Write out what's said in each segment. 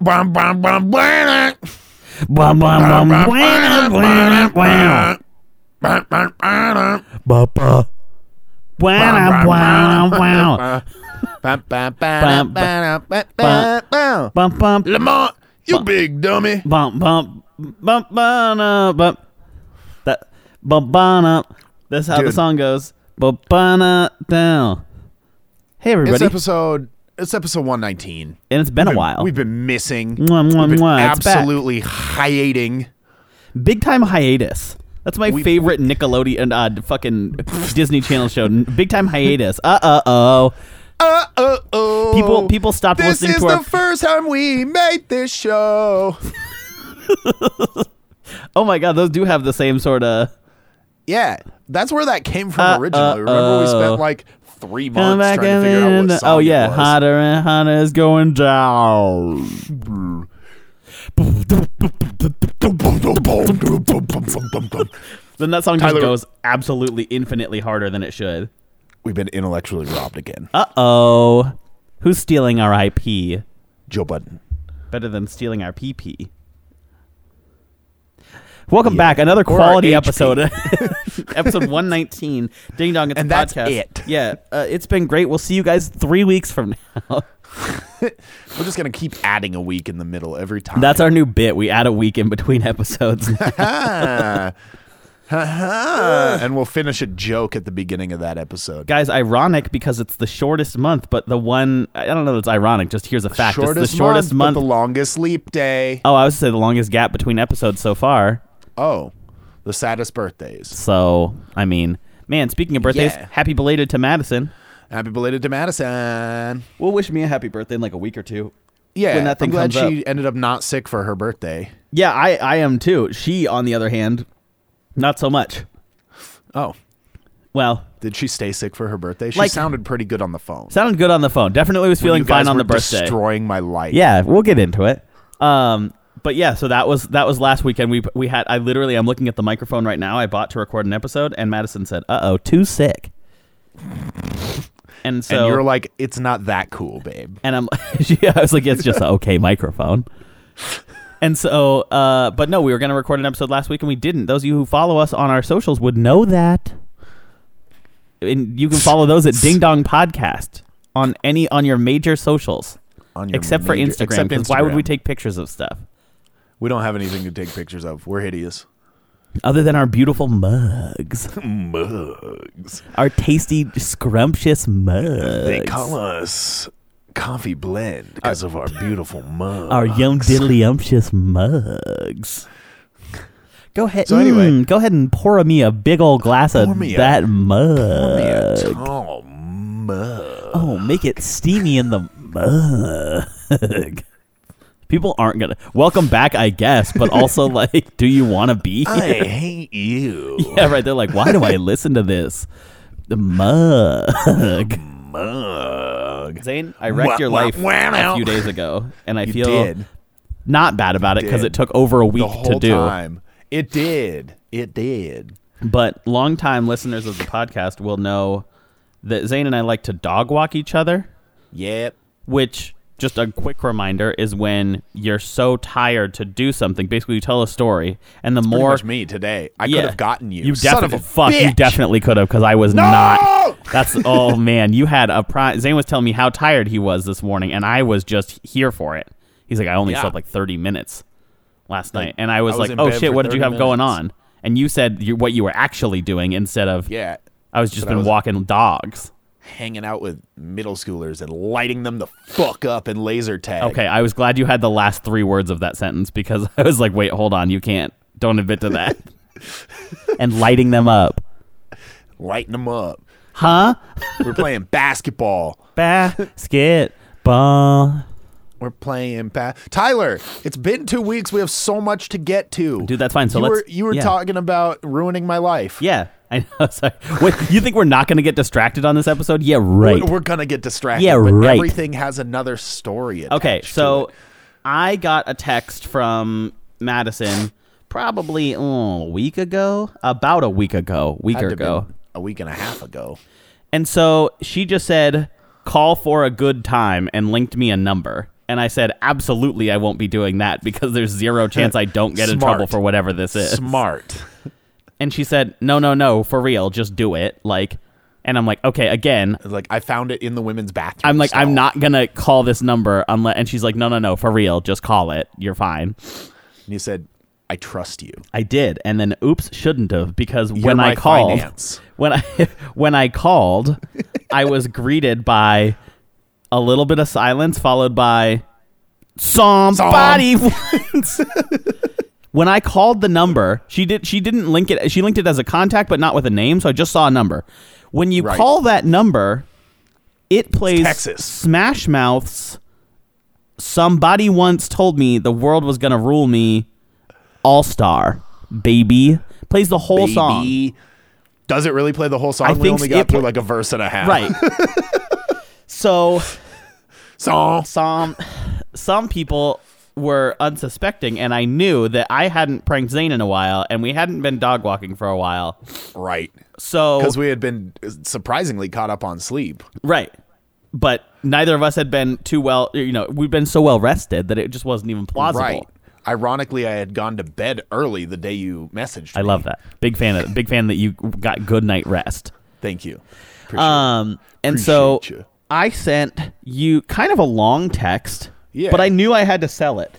Bum, bum, bum, buena. Blah, blah, blah, Bum, blah, bum, blah, buena, blah, buena, blah. buena. Bum, bum, buena. Blah, blah. Blah, blah, Bum, blah. bum, buena, Bum, buena, buena, bum. buena. Bump, bump, Lamont, you big dummy. bump, bump, bump, bana, bump. That bump, bana. That's how the Dude. song goes. Bump, bana, down. Hey It's everybody, episode. It's episode one nineteen. and it's been a while. We've been missing. Mwah, mwah, We've been mwah. It's back. absolutely hiating. Big time hiatus. That's my We- favorite Nickelodeon, uh, fucking Disney Channel show. N- Big time hiatus. Uh uh oh. Uh oh oh. People people stopped This listening is to the our. first time we made this show. oh my god, those do have the same sort of. Yeah, that's where that came from Uh, originally. uh, Remember, we oh. spent like three Come months back trying and to figure out what song oh yeah, it was. hotter and hotter is going down. Then that song just Tyler- goes absolutely infinitely harder than it should. We've been intellectually robbed again. Uh oh, who's stealing our IP? Joe Budden. Better than stealing our PP. Welcome Yeah. back, another Or our quality HP. episode, episode one nineteen. Ding dong, it's And a that's podcast. it. Yeah, uh, it's been great. We'll see you guys three weeks from now. We're just gonna keep adding a week in the middle every time. That's our new bit. We add a week in between episodes. Ha. Ha ha. and we'll finish a joke at the beginning of that episode. guys ironic because it's the shortest month but the one i don't know that's ironic just here's a fact it's the shortest month, but the longest leap day. oh i would say the longest gap between episodes so far Oh, the saddest birthdays. so i mean man speaking of birthdays Yeah. happy belated to madison Happy belated to Madison. well wish me a happy birthday in like a week or two Yeah, When that thing I'm glad comes she ended up not sick for her birthday. yeah i i am too she on the other hand not so much Oh, well did she stay sick for her birthday? She Like- sounded pretty good on the phone. sounded good on the phone definitely was When feeling you guys fine on were the birthday Destroying my life. Yeah, we'll get into it. Um, but yeah, so that was that was last weekend. We we had I literally I'm looking at the microphone right now. I bought to record an episode, and Madison said, "Uh oh, too sick." And so and you're like, it's not that cool, babe. and I'm she, I was like, it's just an okay microphone. And so, uh, but no, we were going to record an episode last week and we didn't. Those of you who follow us on our socials would know that. And you can follow those at Ding Dong Podcast on any on your major socials, On your except major- for Instagram. except Because why would we Instagram. take pictures of stuff? We don't have anything to take pictures of. We're hideous. other than our beautiful mugs, Mugs. our tasty, scrumptious mugs, They call us coffee blend because of our beautiful mugs. our yum diddlyumptious mugs. Go ahead. So anyway- mm, go ahead and pour me a big old glass Pour of me a- that Yeah, mug. tall mug. Oh, make it steamy in the mug. People aren't gonna welcome back, I guess, but also like, do you want to be I here? hate you. Yeah, right. They're like, why do I listen to this? The mug. Mug. Zane, I wrecked Wah, your wah, life wow. a few days ago, and I You feel did not bad about it because did. it took over a the week to whole do. time. It did. It did. But longtime listeners of the podcast will know that Zane and I like to dog walk each other, Yep. which just a quick reminder is when you're so tired to do something. Basically, you tell a story, and the Pretty more much me today. I Yeah. could have gotten you. You Son of definitely a fuck. You bitch. definitely could have because I was No! not. That's oh man, you had a prime. Zane was telling me how tired he was this morning, and I was just here for it. He's like, I only Yeah. slept like thirty minutes last Like, night, and I was, I was like, in oh bed shit, for what did you 30 have going minutes. on? And you said you, what you were actually doing instead of Yeah. I was just But I been was- walking dogs. Hanging out with middle schoolers and lighting them the fuck up in laser tag. Okay, I was glad you had the last three words of that sentence because I was like, wait, hold on, you can't. Don't admit to that. and lighting them up, Lighting them up. huh? We're playing basketball. Basketball. We're playing ba- Tyler, it's been two weeks. We have so much to get to. Dude, that's fine. So you let's. were you were yeah. talking about ruining my life. Yeah, I know. Sorry. What, you think we're not going to get distracted on this episode? Yeah, right. We're, we're gonna get distracted. Yeah, but right. Everything has another story. okay, attached to so it. I got a text from Madison probably oh, a week ago, about a week ago, week Had to ago, been a week and a half ago. and so she just said call for a good time and linked me a number. And I said, absolutely, I won't be doing that because there's zero chance I don't get in Smart. trouble for whatever this is. Smart. And she said, no, no, no, for real, just do it. Like, and I'm like, okay, again, Like I found it in the women's bathroom. I'm like, I'm stall. not gonna call this number unless. And she's like, no, no, no, for real, just call it. You're fine. And you said, I trust you. I did, and then oops, shouldn't have because You're when my I called, finance. when I when I called, I was greeted by a little bit of silence followed by somebody once. when I called the number, she did she didn't link it she linked it as a contact but not with a name, so I just saw a number. When you Right. call that number, it plays Texas. Smash Mouth's Somebody once told me the world was going to rule me All Star. Baby plays the whole song. Baby. Does it really play the whole song? I we think only it got pl- through like a verse and a half. Right. so Song. some some people were unsuspecting and I knew that I hadn't pranked Zane in a while and we hadn't been dog walking for a while. Right. So Because we had been uh, surprisingly caught up on sleep. right. But neither of us had been too well, you know, we'd been so well rested that it just wasn't even plausible. Right. Ironically, I had gone to bed early the day you messaged I me. love that. Big fan of big fan that you got good night rest. Thank you. Appreciate Um and so Appreciate ya. I sent you kind of a long text, Yeah. but I knew I had to sell it.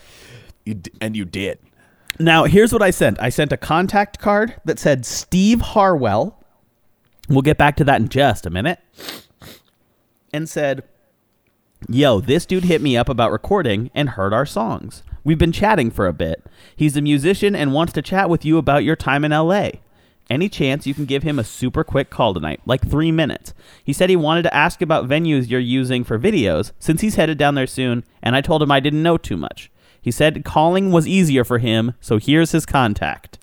You d- and you did. Now, here's what I sent. I sent a contact card that said Steve Harwell. We'll get back to that in just a minute. And said, Yo, this dude hit me up about recording and heard our songs. We've been chatting for a bit. He's a musician and wants to chat with you about your time in LA. Any chance you can give him a super quick call tonight, like three minutes? He said he wanted to ask about venues you're using for videos since he's headed down there soon, and I told him I didn't know too much. He said calling was easier for him, so here's his contact.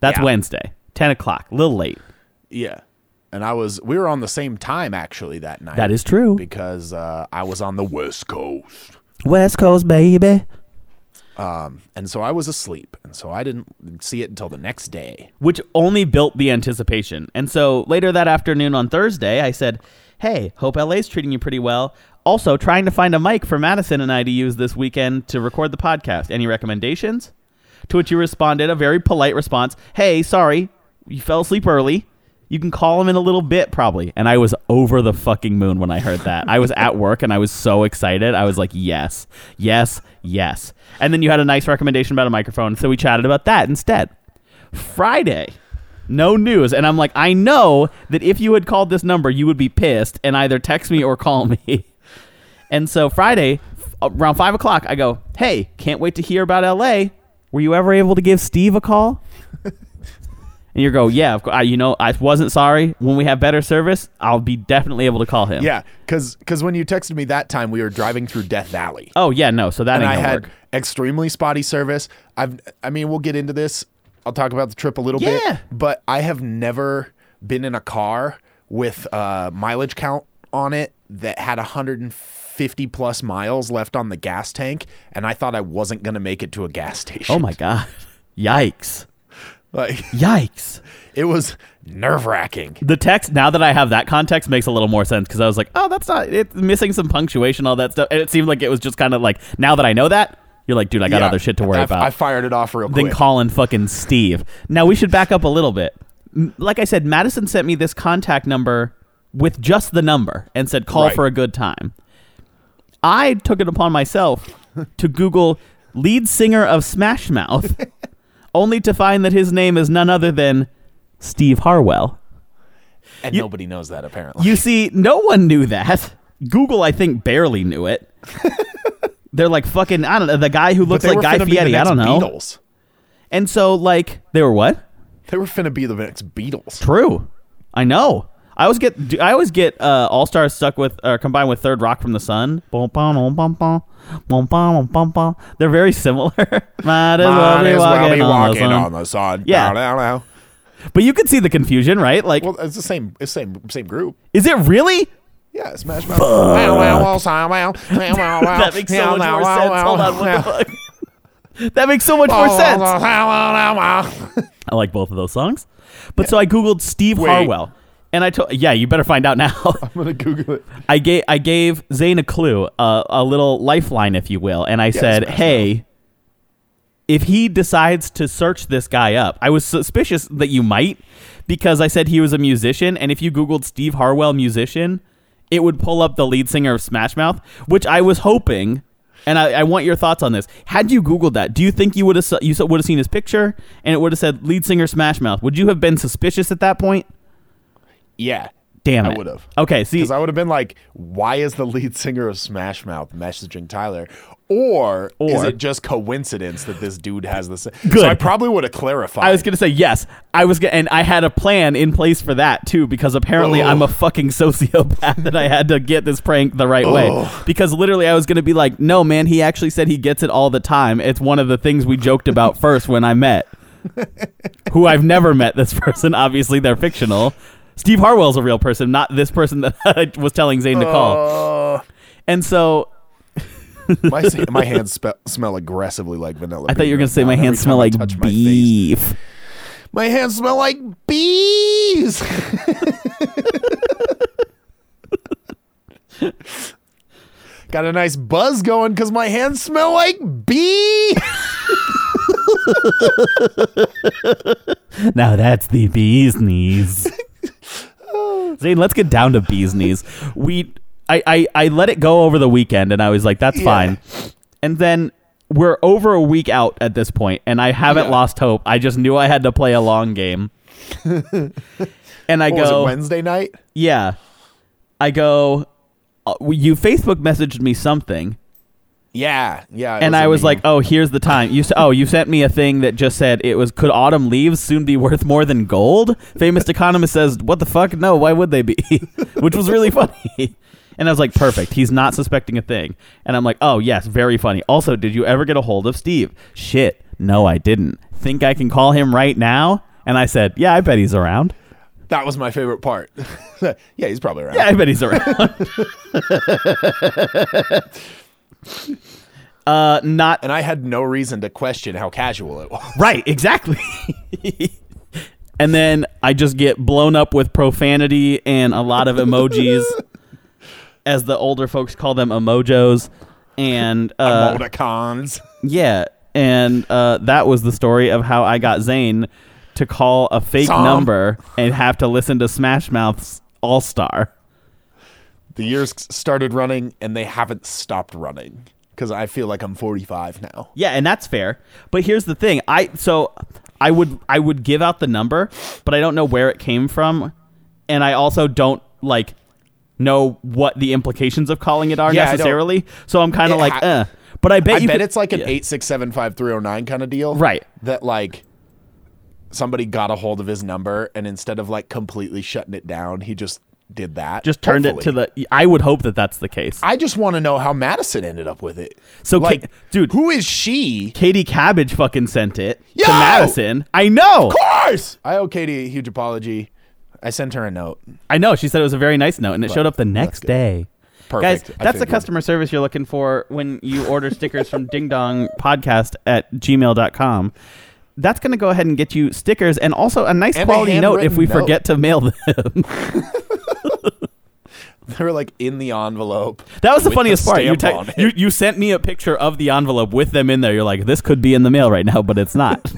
That's Yeah. Wednesday, 10 o'clock, a little late. Yeah. And I was, we were on the same time actually that night. That is true. Because uh, I was on the West Coast. Um, West Coast, baby. And so I was asleep. And so I didn't see it until the next day. which only built the anticipation. And so later that afternoon on Thursday, I said, Hey, hope LA's treating you pretty well. Also, trying to find a mic for Madison and I to use this weekend to record the podcast. Any recommendations? To which you responded a very polite response Hey, sorry, you fell asleep early. You can call him in a little bit, probably. And I was over the fucking moon when I heard that. I was at work and I was so excited. I was like, yes, yes, yes. And then you had a nice recommendation about a microphone. So we chatted about that instead. Friday. No news. And I'm like, I know that if you had called this number, you would be pissed and either text me or call me. And so Friday, f- around five o'clock, I go, Hey, can't wait to hear about LA. Were you ever able to give Steve a call? and you go, Yeah, of course. You know, I wasn't sorry. When we have better service, I'll be definitely able to call him. Yeah. Because when you texted me that time, we were driving through Death Valley. Oh, yeah, no. So that and ain't I gonna had work. extremely spotty service. I've, I mean, we'll get into this. I'll talk about the trip a little Yeah. bit, but I have never been in a car with uh, mileage count on it that had 150 plus miles left on the gas tank, and I thought I wasn't gonna make it to a gas station. Oh, my God. Yikes. Like Yikes. it was nerve wracking. The text now that I have that context makes a little more sense because I was like, oh, that's not it's missing some punctuation, all that stuff, and it seemed like it was just kind of like now that I know that you're like, dude, I got other shit to worry I, about I fired it off real than quick. calling fucking Steve. Now we should back up a little bit. M- Like I said, Madison sent me this contact number with just the number and said, call Right. for a good time. I took it upon myself to Google lead singer of Smash Mouth, only to find that his name is none other than Steve Harwell. and nobody knows that apparently. You see, no one knew that. Google, I think, barely knew it. They're like fucking. I don't know. The guy who But looks they like were Guy finna be the Fieri. I next don't know. Beatles. And so, like, they were what? They were finna be the next Beatles. True. I know. I always get. do- I always get uh, All Stars stuck with or combined with Third Rock from the Sun. Bum, bum, bum, bum, bum. Bum, bum, bum, bum, bum. They're very similar. Might as well Might be as well walking be on the walking sun. on the sun. Yeah. Down, down, down. But you could see the confusion, right? Like, Well, it's the same. It's same same group. is it really? Yeah, Smash Mouth. Wow, wow, wow, sigh, wow. Wow, wow, wow. That makes Wow, so much wow, wow, more sense. wow, Hold on, wow. what the fuck? That makes so much more Wow, sense. wow, wow, wow, wow, wow. I like both of those songs. But so I Googled Steve Wait. Harwell. And I told, yeah, you better find out now. I'm gonna Google it. I gave I gave Zane a clue, uh, a little lifeline, if you will, and I said, Smash "Hey, if he decides to search this guy up, I was suspicious that you might, because I said he was a musician, and if you Googled Steve Harwell musician, it would pull up the lead singer of Smash Mouth, which I was hoping." And I, I want your thoughts on this. Had you Googled that, do you think you would have you would have seen his picture and it would have said lead singer Smash Mouth? Would you have been suspicious at that point? Yeah, Damn I it! would have. Okay, see, because I would have been like, "Why is the lead singer of Smash Mouth messaging Tyler?" Or, is Or- it just coincidence that this dude has the same? Good. So I probably would have clarified. I was gonna say yes. I was gonna, and I had a plan in place for that too because apparently Ugh. I'm a fucking sociopath and I had to get this prank the right way. Because literally, I was gonna be like, "No, man, he actually said he gets it all the time. It's one of the things we joked about first when I met, who I've never met. This person, obviously, they're fictional. Steve Harwell's a real person, not this person that I was telling Zane to call. Uh, And so my s- my hands spe- smell aggressively like vanilla. I thought you were gonna say my hands smell like beef. My, hands smell like bees. Got a nice buzz going because my hands smell like bees. Now that's the bee's knees. Zane, let's get down to bee's knees. We, I, I, I let it go over the weekend, and I was like, "That's Yeah. fine." And then we're over a week out at this point, and I haven't Yeah. lost hope. I just knew I had to play a long game. and What I go, was it Wednesday night? yeah. I go. uh, You Facebook messaged me something, Yeah, yeah. it and I a was meme. like, "Oh, here's the time." You s- oh, you sent me a thing that just said it was could autumn leaves soon be worth more than gold? Famous economist says, "What the fuck? No, why would they be?" Which was really funny. And I was like, "Perfect. He's not suspecting a thing." And I'm like, "Oh, yes, very funny." Also, did you ever get a hold of Steve? Shit. No, I didn't. Think I can call him right now? And I said, "Yeah, I bet he's around." That was my favorite part. yeah, he's probably around. Yeah, I bet he's around. uh, not And I had no reason to question how casual it was. Right, exactly. and then I just get blown up with profanity and a lot of emojis, as the older folks call them, emojos. And uh, Emoticons. yeah, and uh, that was the story of how I got Zane to call a fake Some. number and have to listen to Smash Mouth's All Star. The years started running and they haven't stopped running because I feel like I'm 45 now. Yeah, and that's fair. But here's the thing. I so I would I would give out the number, but I don't know where it came from, and I also don't like know what the implications of calling it are Yeah, I don't- necessarily. So I'm kind of It like, ha- uh. But I bet I you bet could- it's like an yeah. 8675309 kind of oh deal. Right. That like somebody got a hold of his number and instead of like completely shutting it down, he just did that. Just turned Hopefully. it to the. I would hope that that's the case. I just want to know how Madison ended up with it. So, Ka- like, dude- who is she? Katie Cabbage fucking sent it Yo! to Madison. I know. course. I owe Katie a huge apology. I sent her a note. I know. She said it was a very nice note, and it showed up the next good. day. Perfect. Guys, I that's the figured. customer service you're looking for when you order stickers from Ding Dong Podcast at gmail.com. That's going to go ahead and get you stickers and also a nice And a quality note if we handwritten forget to mail them. They were like in the envelope. that was the with funniest part. You, stamp on te- it. you you sent me a picture of the envelope with them in there. You're like, this could be in the mail right now, but it's not.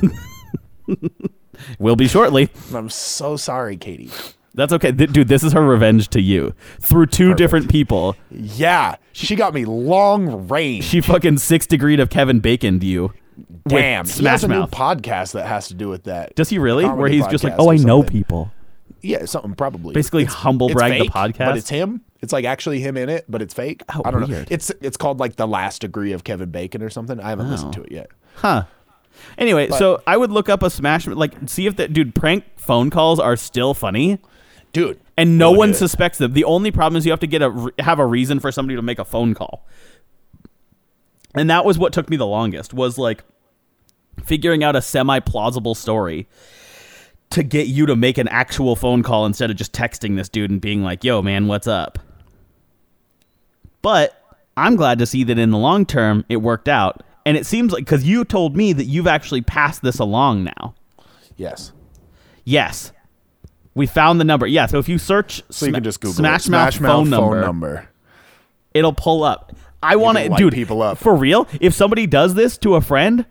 Will be shortly. And I'm so sorry, Katie. That's okay, Th- dude. This is her revenge to you through two different people. Yeah, she got me long range. She fucking six degree of Kevin Bacon to you. with Damn, he Smash has a new Mouth. podcast that has to do with that. Does he really? Comedy Where he's just like, podcast oh, I or know something. people. Yeah, something probably. Basically, humble It's brag the fake, podcast. but it's him. It's like actually him in it, but it's fake. How I don't know. weird. It's it's called like the last degree of Kevin Bacon or something. I haven't listened to it yet. huh? Anyway, so I would look up a smash, like see if that dude prank phone calls are still funny, Dude, and no Really one good. suspects them. The only problem is you have to get a re- have a reason for somebody to make a phone call, and that was what took me the longest was like figuring out a semi plausible story to get you to make an actual phone call instead of just texting this dude and being like, "Yo, man, what's up?" But I'm glad to see that in the long term it worked out. And it seems like because you told me that you've actually passed this along now. yes. Yes. We found the number. Yeah, so if you search So you can just Google Smash it. Mouth, phone, number, number. it'll pull up. I want to can light dude people up. for real. If somebody does this to a friend,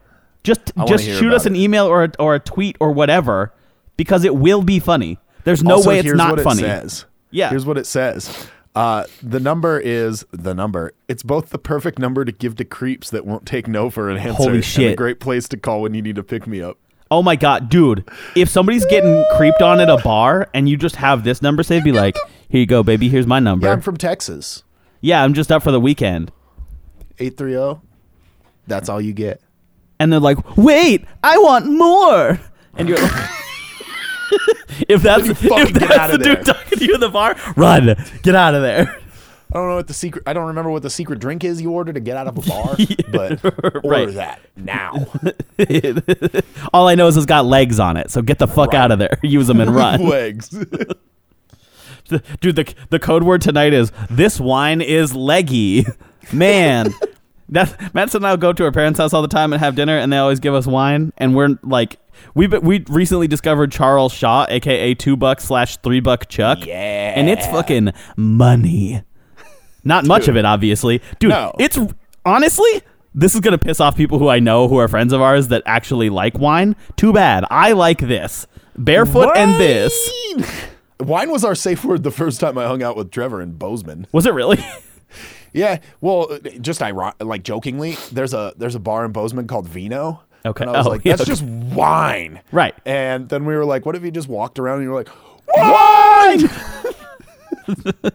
just wanna just hear shoot about us an email or a, or a tweet or whatever because it will be funny. There's no Also, way it's here's not what funny. It says. Yeah. Here's what it says. Uh, the number is the number. It's both the perfect number to give to creeps that won't take no for an answer. Holy And a shit. great place to call when you need to pick me up. Oh my god, dude! If somebody's getting creeped on at a bar and you just have this number saved, be like, "Here you go, baby. Here's my number." Yeah, I'm from Texas. yeah, I'm just up for the weekend. 830. oh, That's all you get. and they're like, "Wait, I want more." And you're like, if that's fucking if get that's outta the dude there. talking to you in the bar, run, get out of there. I don't know what the secret. I don't remember what the secret drink is you order to get out of a bar, but order right. that now. All I know is it's got legs on it, so get the fuck Right. out of there. Use them and run, Legs. dude. The the code word tonight is this wine is leggy, man. That Matt's and I go to our parents' house all the time and have dinner, and they always give us wine, and we're like. We we recently discovered Charles Shaw, aka Two Buck slash Three Buck Chuck. yeah. and it's fucking money. Not much of it, obviously, dude. No. It's honestly, this is gonna piss off people who I know who are friends of ours that actually like wine. Too bad. I like this barefoot and this. Wine! Wine was our safe word the first time I hung out with Trevor and Bozeman. Was it really? Yeah, well, uh, just iron- like jokingly, there's a there's a bar in Bozeman called Vino. Okay. and I was Oh, like, yeah, that's okay. just wine, Right. And then we were like, what if you just walked around and you were like, wine?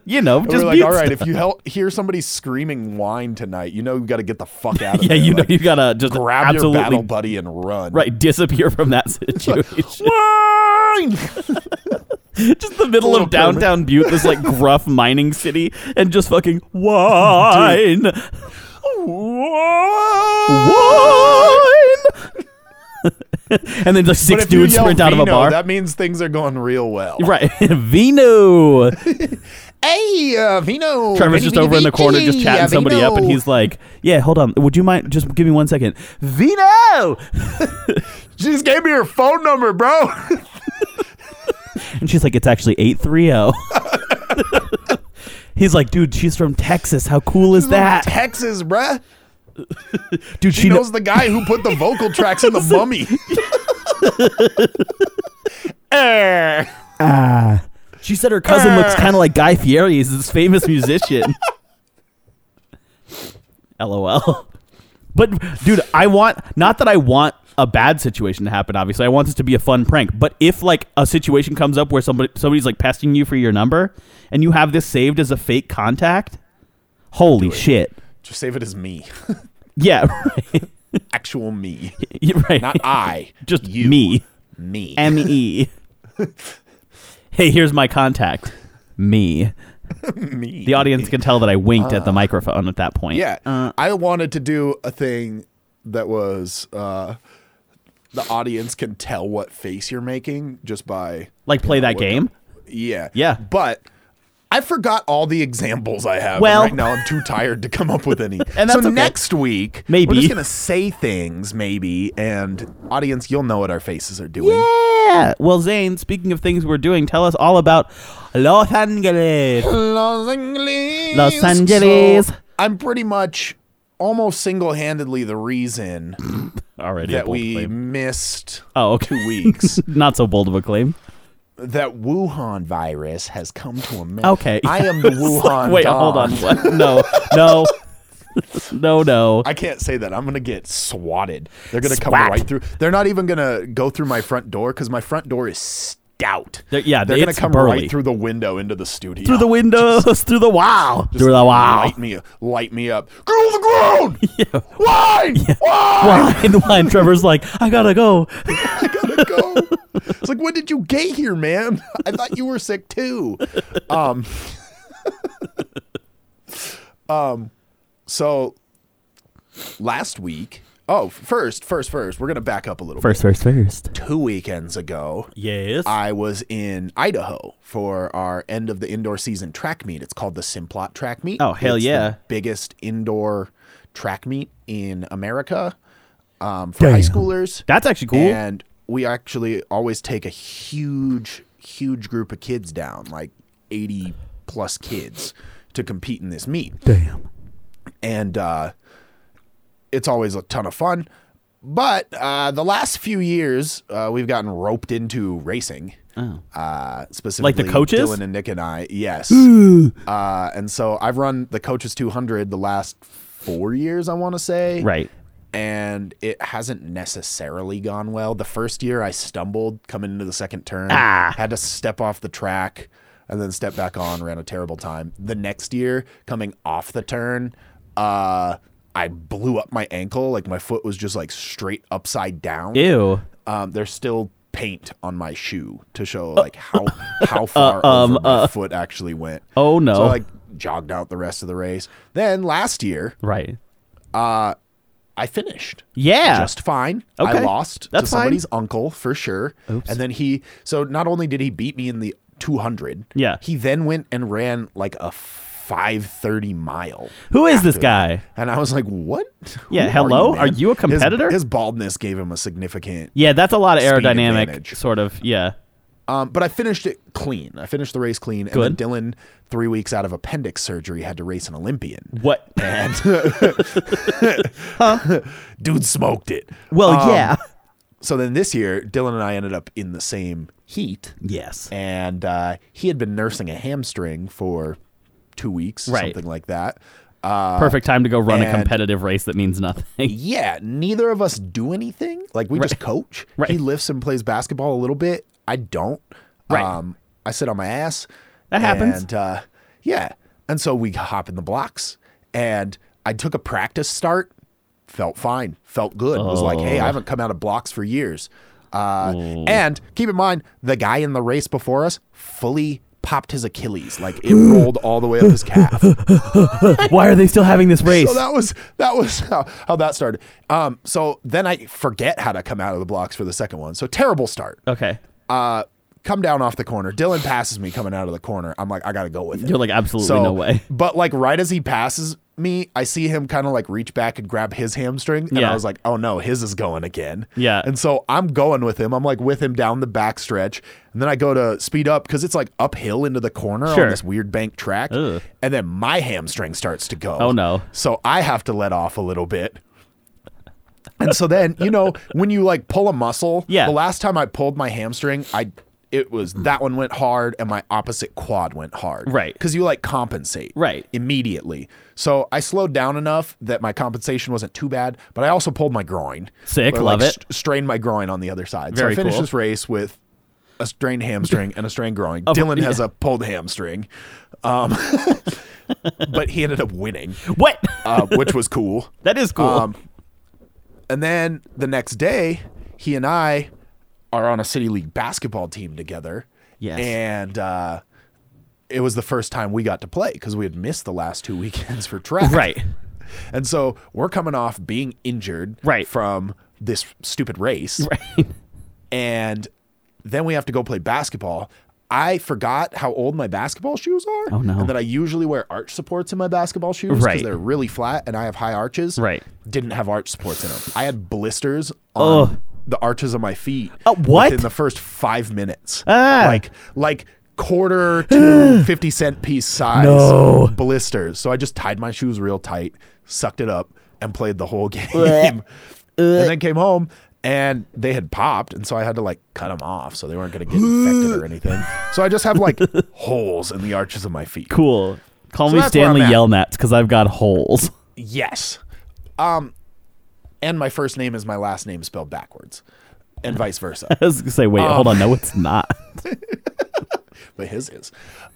you know, We just were like, mute all right, stuff. if you hel- hear somebody screaming wine tonight, you know you got to get the fuck out of yeah, there. you know, Like, you gotta just grab your absolutely battle buddy and run. right disappear from that situation. Wine. just the middle Little of downtown Butte, this like gruff mining city, and just fucking wine. Wine. wine. and then the But six if you dudes yell sprint out of a Vino, bar. That means things are going real well. right, Vino. Hey, uh, Vino. Trevor's just over in the corner, just chatting somebody up, and uh, Vino. he's like, "Yeah, hold on. Would you mind? Just give me one second. Vino." She just gave me her phone number, bro. And she's like, "It's actually eight three zero. He's like, "Dude, she's from Texas. How cool is that? Texas, bruh. Dude, She she knows." knows the guy who put the vocal tracks in the mummy. Eh. She said her cousin looks kind of like Guy Fieri. He's this famous musician. LOL. But dude, I want not that I want a bad situation to happen. Obviously, I want this to be a fun prank. But if like a situation comes up where somebody somebody's like pestering you for your number and you have this saved as a fake contact, holy shit! just save it as me. Yeah, right. Actual me. You're right. Not I. Just you. me. Me. M E. hey, here's my contact. Me. me. The audience can tell that I winked at the microphone at that point. Ah. Yeah. Uh, I wanted to do a thing that was uh, the audience can tell what face you're making just by like play that what the- game. Yeah. Yeah. But I forgot all the examples I have. and Well- right now I'm too tired to come up with any. And that's so okay. next week, Maybe. we're just gonna say things, maybe, and audience, you'll know what our faces are doing. Yeah. Well, Zane, speaking of things we're doing, tell us all about Los Angeles. Los Angeles. Los Angeles. So I'm pretty much almost single-handedly the reason Already a that bold we claim. missed Oh, okay. two weeks. Not so bold of a claim. that Wuhan virus has come to America. Okay. I am the It's like, Wuhan. Wait, hold Don. on. What? No, no, no, no. I can't say that. I'm gonna get swatted. They're gonna come Swat. right through. They're not even gonna go through my front door because my front door is stout. They're- yeah, they're gonna it's come burly. right through the window into the studio. through the windows, through the wow, through the wow. Light me, light me up. Get on the ground. Wine, wine. Wine, wine. Trevor's like, I gotta go. Gotta go. It's like, when did you get here, man? I thought you were sick too. Um. um. So last week. Oh, first, first, first, we're gonna back up a little. bit. First, first, first. two weekends ago, Yes. I was in Idaho for our end of the indoor season track meet. It's called the Simplot Track Meet. Oh, hell It's the yeah. biggest indoor track meet in America um, for high Damn. schoolers. That's actually cool. And we actually always take a huge huge group of kids down, like 80 plus kids to compete in this meet. Damn. And uh, it's always a ton of fun. But uh, the last few years, uh, we've gotten roped into racing. Oh. Uh, specifically, coaches? Dylan and Nick and I. Yes. uh, and so I've run the coaches 200 the last four years, I want to say Right. and it hasn't necessarily gone well. The first year I stumbled coming into the second turn, Ah. had to step off the track and then step back on, ran a terrible time. The next year coming off the turn, uh, I blew up my ankle. Like my foot was just like straight upside down. Ew. Um, there's still paint on my shoe to show Uh, like how how far over my foot actually went. um, Oh, no. So I, like jogged out the rest of the race. Then last year Right. I finished Yeah. just fine. Okay. I lost That's to somebody's uncle for sure. Oops. And then he, so not only did he beat me in the 200, Yeah. he then went and ran like a 530 mile. Who is this after guy? that. And I was like, what? Yeah, Who hello? man? Are you a His- competitor? His, baldness gave him a significant. yeah, that's a lot of Speed aerodynamic advantage. sort of. Yeah. Um, but I finished it clean. I finished the race clean. Good. And then Dylan, three weeks out of appendix surgery, had to race an Olympian. What? Dude smoked it. Well, Um, yeah. So then this year, Dylan and I ended up in the same heat. Yes. and uh, he had been nursing a hamstring for two weeks, Right. something like that. Uh, Perfect time to go run a and- competitive race that means nothing. yeah, neither of us do anything. Like we just coach. Right. He lifts and plays basketball a little bit. I don't. Right. Um, I sit on my ass. That happens. And uh, yeah, and so we hop in the blocks, and I took a practice start. Felt fine. Felt good. Was like, hey, Oh. I haven't come out of blocks for years. Uh, Oh. and keep in mind, the guy in the race before us fully popped his Achilles. Like it rolled all the way up his calf. Why are they still having this race? So that was that was how, how that started. Um, so then I forget how to come out of the blocks for the second one. So terrible start. okay. Uh, come down off the corner. Dylan passes me coming out of the corner. I'm like, I gotta go with it. You're like, absolutely So- no way. But like right as he passes me, I see him kind of like reach back and grab his hamstring, and Yeah. I was like, oh no, his is going again. Yeah. And so I'm going with him. I'm like with him down the back stretch, and then I go to speed up because it's like uphill into the corner Sure. on this weird bank track, Ugh. and then my hamstring starts to go. Oh, no. So I have to let off a little bit. And so then, you know, when you like pull a muscle, Yeah. the last time I pulled my hamstring, I it was that one went hard and my opposite quad went hard. Right. Because you like compensate Right. immediately. So I slowed down enough that my compensation wasn't too bad, but I also pulled my groin. Sick, Or, love like, it. st- strained my groin on the other side. Very so I finished cool. this race with a strained hamstring and a strained groin. Oh, Dylan has a pulled hamstring. Um, but he ended up winning, What? uh, which was cool. that is cool. Um, and then the next day, he and I are on a city league basketball team together. Yes. And uh, it was the first time we got to play because we had missed the last two weekends for track. right. And so we're coming off being injured Right. from this stupid race. Right. And then we have to go play basketball. I forgot how old my basketball shoes are. Oh, no. And that I usually wear arch supports in my basketball shoes because Right. they're really flat and I have high arches. Right. Didn't have arch supports in them. I had blisters on the arches of my feet. Uh, what? In the first five minutes. Ah. Like like quarter to fifty cent piece size No. blisters. So I just tied my shoes real tight, sucked it up, and played the whole game. and then came home and they had popped and so i had to like cut them off so they weren't going to get infected or anything so i just have like holes in the arches of my feet Cool. Call So me that's where Stanley I'm at. Yelnats because I've got holes. yes um and my first name is my last name spelled backwards and vice versa I was gonna say, wait, hold on, no, it's Um, not. but his is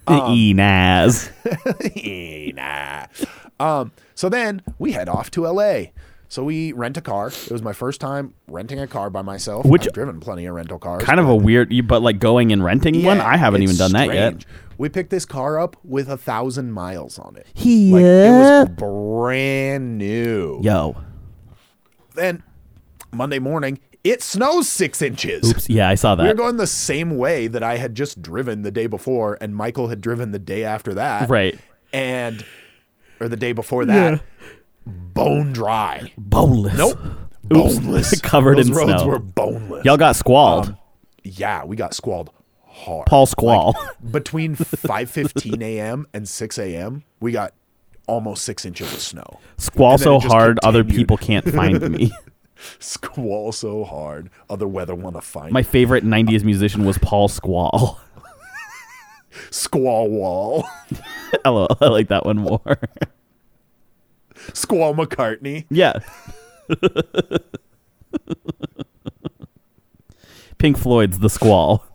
um, E, Enaz. Eh, nah. Um, so then we head off to LA. So we rent a car. It was my first time renting a car by myself. Which- I've driven plenty of rental cars. Kind of a weird, you- but like going and renting one. Yeah, I haven't it's even done that yet. strange. We picked this car up with a thousand miles on it. He Like it was brand new. Yo. Then Monday morning, it snows six inches. Oops. Yeah, I saw We were that. going the same way that I had just driven the day before, and Michael had driven the day after that. Right. And or the day before that. Bone dry. Boneless. Nope. Oops. Boneless. Covered Those in roads snow. were boneless. Y'all got squalled. yeah, we got squalled hard. Paul Squall. Between 5:15 a.m. and 6 a.m., we got almost six inches of snow. Squall And then so it just hard, other continued. people can't find me. Squall so hard, other weather want to find My favorite 90s musician was Paul Squall. Squall Wall, LOL, I like that one more. Squall McCartney. yeah. Pink Floyd's The Squall.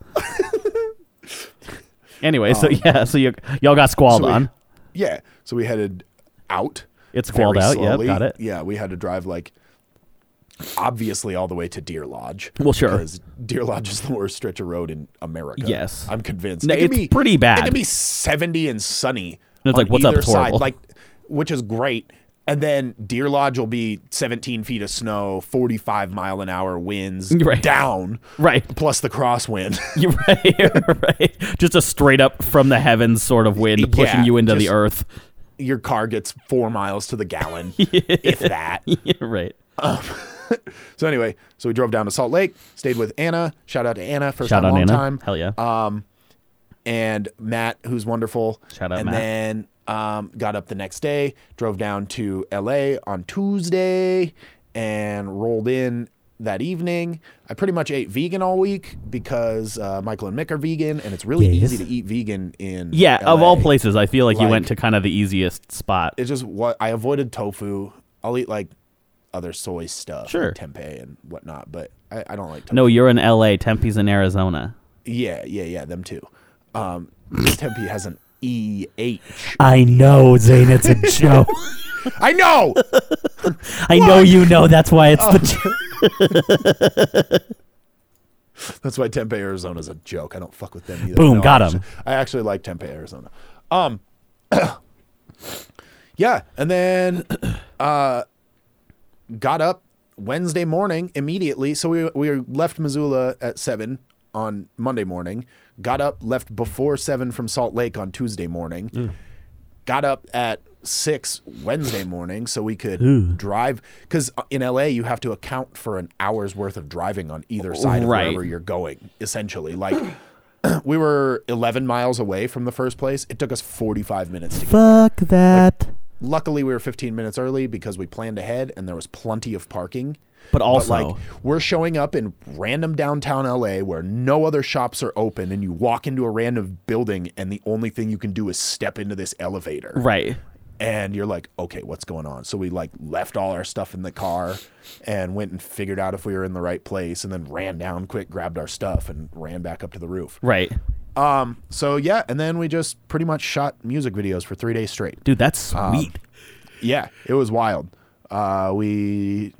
anyway, so yeah, so you, y'all got squalled Oh. So we- on. Yeah, so we headed out. It squalled very out, yep, slowly. got it. Yeah, we had to drive like obviously all the way to Deer Lodge. Well, sure. Because Deer Lodge is the worst stretch of road in America. Yes. I'm convinced. No, It could it's pretty bad. It could be 70 and sunny. And it's like, on what's up, either it's side, horrible. Like, which is great. And then Deer Lodge will be 17 feet of snow, 45 mile an hour winds Right. down, Right. plus the crosswind. You're right. You're right. Just a straight up from the heavens sort of wind pushing Yeah, you into the just- earth. Your car gets four miles to the gallon, if that. You're right. So anyway, so we drove down to Salt Lake, stayed with Anna. Shout out to Anna, first Shout time out long Anna. time. Hell yeah. Um, and Matt, who's wonderful. Shout out and Matt. then um, got up the next day, drove down to LA on Tuesday, and rolled in that evening. I pretty much ate vegan all week because uh, Michael and Mick are vegan, and it's really Yes. easy to eat vegan in yeah, of LA. all places, I feel like, you Like- went to kind of the easiest spot. It's just what I avoided tofu. I'll eat like other soy stuff, Sure. like tempeh and whatnot, but I, I don't like tofu. no, you're in LA, Tempe's in Arizona. Yeah, yeah, yeah, them too. Um, Tempe has an E H. I know, Zane, it's a joke. I know. I know you know that's why Oh. it's the joke. That's why Tempe, Arizona is a joke. I don't fuck with them either. Boom, No, got I 'em. actually- I actually like Tempe, Arizona. Um, yeah, and then uh, got up Wednesday morning immediately. So we we left Missoula at seven on Monday morning. Got up, left before seven from Salt Lake on Tuesday morning. got up at six Wednesday morning so we could drive because in LA you have to account for an hour's worth of driving on either side of Right. wherever you're going. Essentially, like we were 11 miles away from the first place. It took us 45 minutes to. Get. Fuck that. Luckily, we were 15 minutes early because we planned ahead and there was plenty of parking. But also, like we're showing up in random downtown LA where no other shops are open, and you walk into a random building, and the only thing you can do is step into this elevator right. and you're like, okay, what's going on? So we like left all our stuff in the car and went and figured out if we were in the right place and then ran down quick, grabbed our stuff and ran back up to the roof. Right. Um, so yeah, and then we just pretty much shot music videos for three days straight. Dude, that's sweet. Um, Yeah, it was wild. Uh, we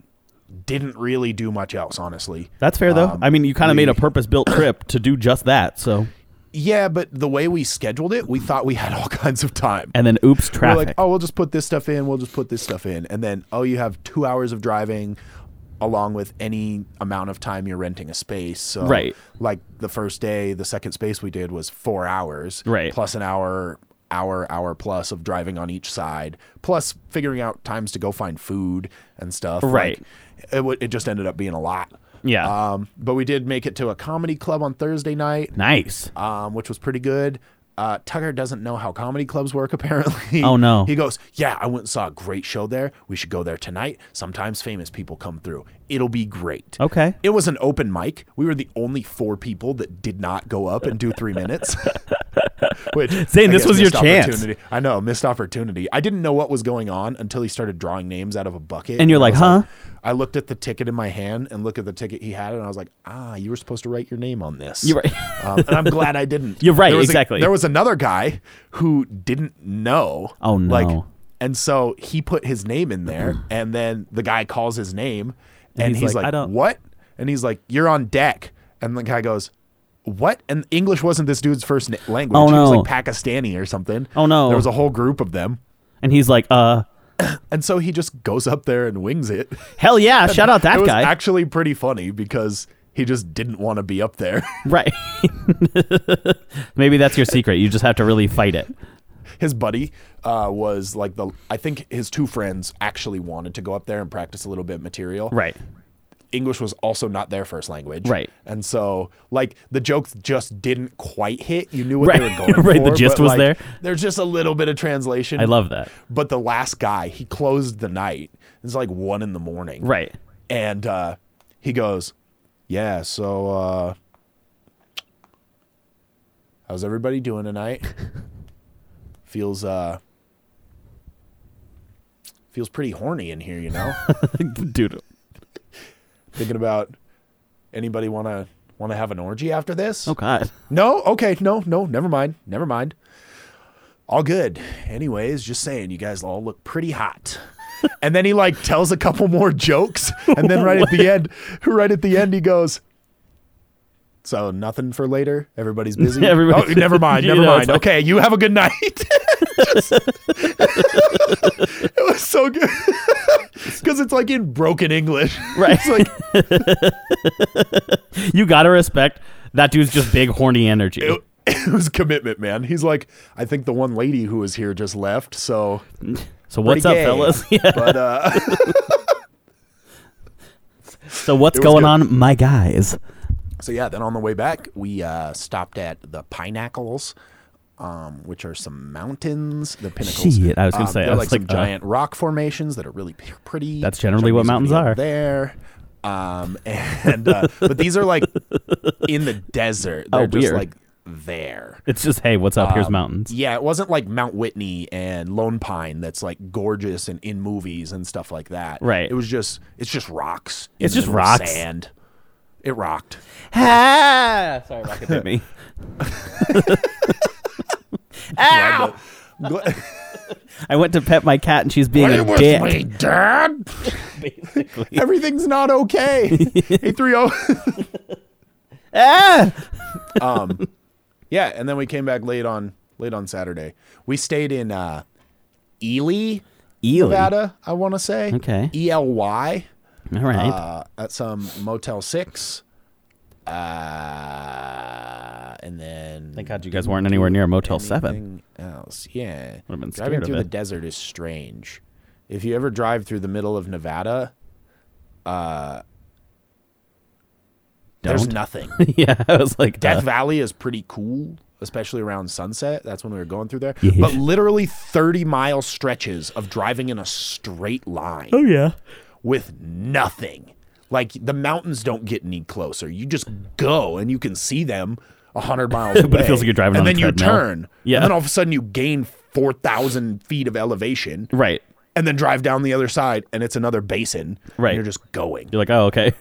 didn't really do much else, honestly. that's fair, though. I mean, you kind of made a um, we- purpose built trip to do just that. So, Yeah, but the way we scheduled it, we thought we had all kinds of time. and then oops, We're traffic. like, oh, we'll just put this stuff in. We'll just put this stuff in. And then, oh, you have two hours of driving along with any amount of time you're renting a space. So, Right. like the first day, the second space we did was four hours, Right. Plus an hour, hour, hour plus of driving on each side, plus figuring out times to go find food and stuff. Like, Right. it, w- it just ended up being a lot. yeah. Um, but we did make it to a comedy club on Thursday night nice. um, which was pretty good. Uh, Tucker doesn't know how comedy clubs work, apparently. Oh, no. He goes, Yeah, I went and saw a great show there. We should go there tonight. Sometimes famous people come through. It'll be great. Okay. It was an open mic. We were the only four people that did not go up and do three minutes. Which, Zane, I this guess, was your missed chance. opportunity. I know, missed opportunity. I didn't know what was going on until he started drawing names out of a bucket. And you're I like, was "Huh?" I looked at the ticket in my hand and looked at the ticket he had, and I was like, ah, you were supposed to write your name on this. You're right. Um, and I'm glad I didn't. You're right, There was a- exactly. there was another guy who didn't know. Oh, no. Like, and so he put his name in there, and then the guy calls his name, and, he's he's, like, like, "I don't-" "What?" And he's like, "You're on deck." And the guy goes, "What?" And English wasn't this dude's first na- language. Oh, he was no. like Pakistani or something. Oh, no. There was a whole group of them, and he's like, uh, and so he just goes up there and wings it. hell yeah, shout it out that was guy. actually pretty funny because he just didn't want to be up there. right. Maybe that's your secret. You just have to really fight it. his buddy uh, was like the I think his two friends actually wanted to go up there and practice a little bit of material. Right. English was also not their first language. Right. And so, like, the jokes just didn't quite hit. You knew what they were Right. going for. Right, the gist but, was like, there. There's just a little bit of translation. I love that. But the last guy, he closed the night. It's like one in the morning. Right. And uh, he goes, Yeah, so uh, how's everybody doing tonight? feels uh feels pretty horny in here, you know? Dude. Thinking about anybody wanna wanna have an orgy after this? Oh god. No, okay, no, no, never mind. Never mind. All good. Anyways, just saying, you guys all look pretty hot. and then he like tells a couple more jokes, and then right at the end, right at the end, he goes, "So nothing for later. Everybody's busy. Everybody's- oh, never mind. You Never know, it's mind. like- okay, you have a good night." Just- it was so good because it's like in broken English. Right. it's like You got to respect that dude's just big horny energy. it, it was commitment, man. He's like, I think the one lady who was here just left, so so what's up, pretty gay. fellas? Yeah. But uh, So what's It was going good. on, my guys? so yeah, then on the way back, we uh, stopped at the Pinnacles, um, which are some mountains. The pinnacles. Shit, I was gonna um, say, I they're like, was some like, uh, giant rock formations that are really p- pretty. That's generally what Junkies mountains video are. there. Um, and uh, but these are like in the desert. They're Oh, just weird. like there. It's just hey, what's up? Here's Um, mountains. Yeah, it wasn't like Mount Whitney and Lone Pine that's like gorgeous and in movies and stuff like that. Right. It was just it's just rocks. in It's the just middle of rocks. Sand. It rocked. Ah! Sorry, Rocket hit me. Ow! I went to pet my cat and she's being a dick. Dad. Basically. Everything's not okay. hey, three oh. Ah! Yeah, and then we came back late on late on Saturday. We stayed in uh, Ely, Ely. Nevada. I want to say Okay. E L Y. All right. uh, at some Motel Six, uh, and then Thank God you guys weren't anywhere near Motel Seven. anything else. Yeah, Would've been driving scared of through the it. desert is strange. If you ever drive through the middle of Nevada, uh, there's Don't. nothing. yeah, I was like, Death uh, Valley is pretty cool, especially around sunset. That's when we were going through there. Yeah. But literally 30 mile stretches of driving in a straight line oh yeah. with nothing. Like the mountains don't get any closer. You just go and you can see them a hundred miles away. But it feels like you're driving and on a then you treadmill. turn. Yeah. And then all of a sudden you gain four thousand feet of elevation, Right. and then drive down the other side, and it's another basin. and Right. you're just going. You're like, oh okay.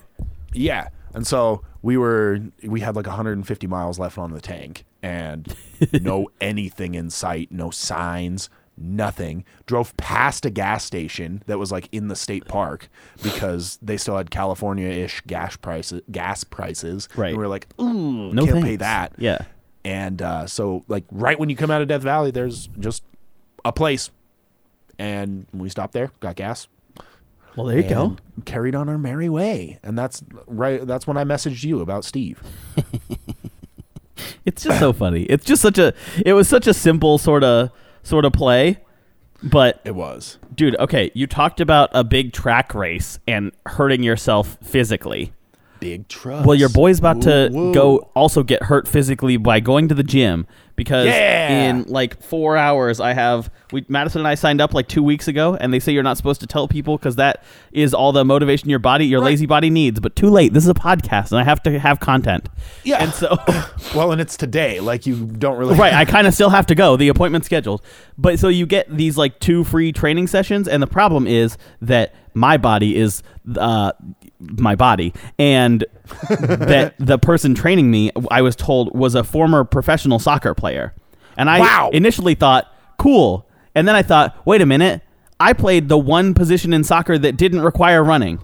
Yeah. And so we were we had like 150 miles left on the tank and no anything in sight, no signs, nothing. Drove past a gas station that was like in the state park because they still had California-ish gas prices gas prices. Right. And we were like, ooh, No can't pay thanks. that. Yeah. And uh, so like right when you come out of Death Valley, there's just a place. And we stopped there, got gas, Well, there you go. and Carried on our merry way, and that's right. That's when I messaged you about Steve. It's just so funny. It's just such a. It was such a simple sort of sort of play, but It was dude okay you talked about a big track race and hurting yourself physically big trust. well your boy's about to Woo, woo. go also get hurt physically by going to the gym because Yeah. in like four hours i have we madison and i signed up like two weeks ago and they say you're not supposed to tell people because that is all the motivation your body your lazy body needs but too late this is a podcast and i have to have content Yeah. and so Well, and it's today. Like you don't really. right i kind of still have to go the appointment's scheduled but so you get these like two free training sessions and the problem is that my body is uh, my body and that the person training me i was told was a former professional soccer player and i Wow. initially thought cool and then i thought wait a minute i played the one position in soccer that didn't require running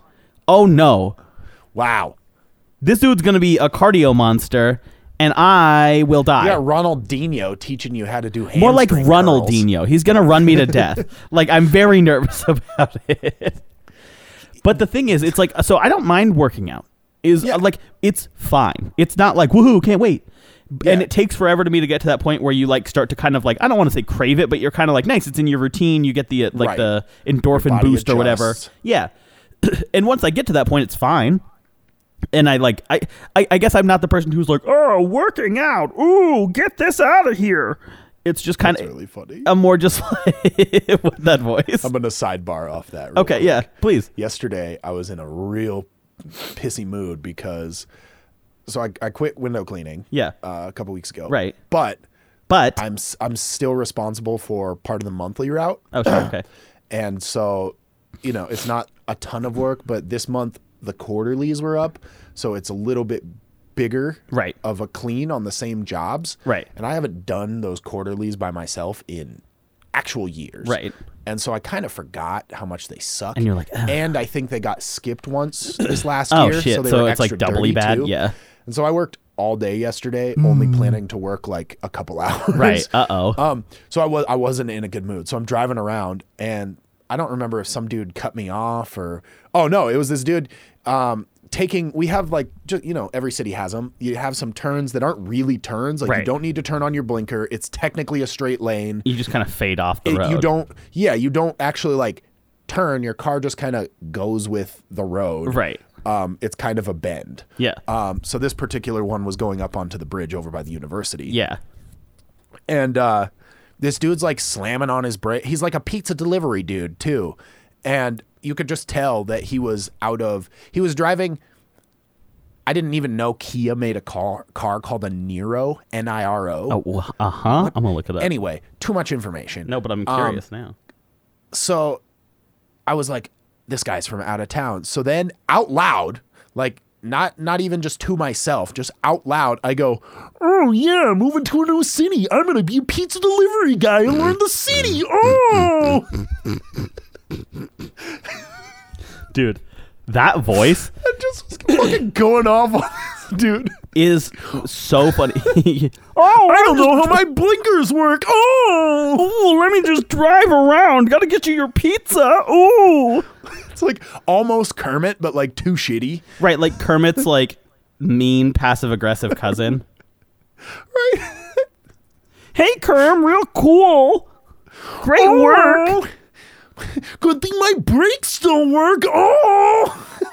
oh no Wow. this dude's gonna be a cardio monster and i will die Yeah, Ronaldinho teaching you how to do more like hamstring curls. Ronaldinho. He's gonna run me to death. like I'm very nervous about it. But the thing is, it's like so I don't mind working out. Is Yeah. like it's fine. It's not like woohoo, can't wait. Yeah. And it takes forever to me to get to that point where you like start to kind of like I don't want to say crave it, but you're kind of like nice. It's in your routine. You get the uh, like Right. the endorphin body boost or whatever. adjusts. Yeah. and once I get to that point, it's fine. and I like I, I I guess I'm not the person who's like, oh, working out. Ooh, get this out of here. It's just kind It's of really funny. I'm more just like with that voice. I'm gonna sidebar off that. real Okay, yeah, please. yesterday I was in a real pissy mood because so I, I quit window cleaning Yeah. uh, a couple weeks ago Right. but But I'm s- I'm still responsible for part of the monthly route oh, sure, okay. and so you know it's not a ton of work but this month the quarterlies were up so it's a little bit bigger Right. of a clean on the same jobs Right. and I haven't done those quarterlies by myself in actual years Right. and so I kind of forgot how much they suck And you're like, "Ugh." and I think they got skipped once this last Oh, year shit. so they So were it's, like, extra doubly dirty, bad? too. Yeah. Mm. and so I worked all day yesterday only planning to work like a couple hours Right. Uh oh. um, so I was I wasn't in a good mood. So I'm driving around and I don't remember if some dude cut me off or oh no, it was this dude um taking we have like just you know every city has them you have some turns that aren't really turns like Right. you don't need to turn on your blinker it's technically a straight lane You just kind of fade off the it- road. you don't yeah you don't actually like turn your car just kind of goes with the road Right. um it's kind of a bend Yeah. um so this particular one was going up onto the bridge over by the university yeah. and uh, this dude's like slamming on his brake. He's like a pizza delivery dude too, and you could just tell that he was out of. He was driving. I didn't even know Kia made a car car called a Niro N I R O. Oh, uh huh. I'm gonna look it up. Anyway, too much information. no, but I'm Um, curious now. so I was like, this guy's from out of town. So then out loud, like not not even just to myself, just out loud, I go, Oh yeah, I'm moving to a new city. I'm gonna be a pizza delivery guy and learn the city. Oh Dude, that voice I just was fucking going off on this dude. is so funny. Oh I don't know how my blinkers work. Oh Ooh, let me just drive around. Gotta get you your pizza. Ooh. it's like almost Kermit, but like too shitty. Right, like Kermit's like mean passive aggressive cousin. Right? Hey Kerm, real cool. Great Oh. Good thing my brakes don't work. Oh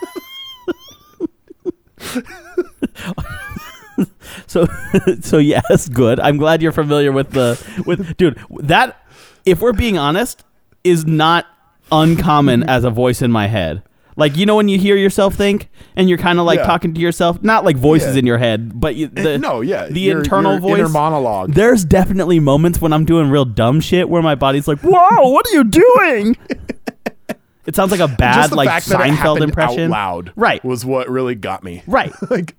So so yes, good. I'm glad you're familiar with the with dude, that if we're being honest is not Mm-hmm. uncommon as a voice in my head. Like you know when you hear yourself think and you're kind of like Yeah. talking to yourself, not like voices Yeah. Eh, in your head, but you, the no, yeah, the your- internal your voice inner monologue. There's definitely moments when I'm doing real dumb shit where my body's like, "Whoa, what are you doing?" it sounds like a bad Just the like fact that it Seinfeld happened impression. out loud Right. was what really got me Right. like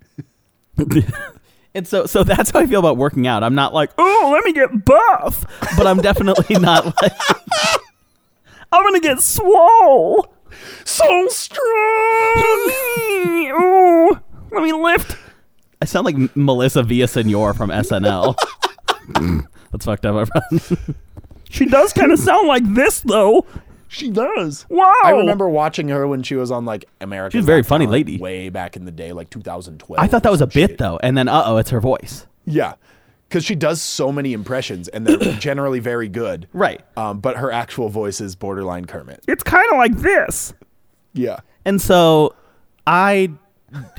and so so that's how I feel about working out. I'm not like, oh, let me get buff, but I'm definitely not like, I'm gonna get swole. so strong Ooh, let me lift. I sound like M- Melissa Villasenor from SNL. that's fucked up. she does kind of sound like this though. she does Wow. i remember watching her when she was on like america She's a very funny lady. way back in the day like 2012 I thought that or was a some bit shit. though, and then uh oh, it's her voice. yeah because she does so many impressions and they're generally very good Right. um, but her actual voice is borderline kermit It's kind of like this. yeah And so I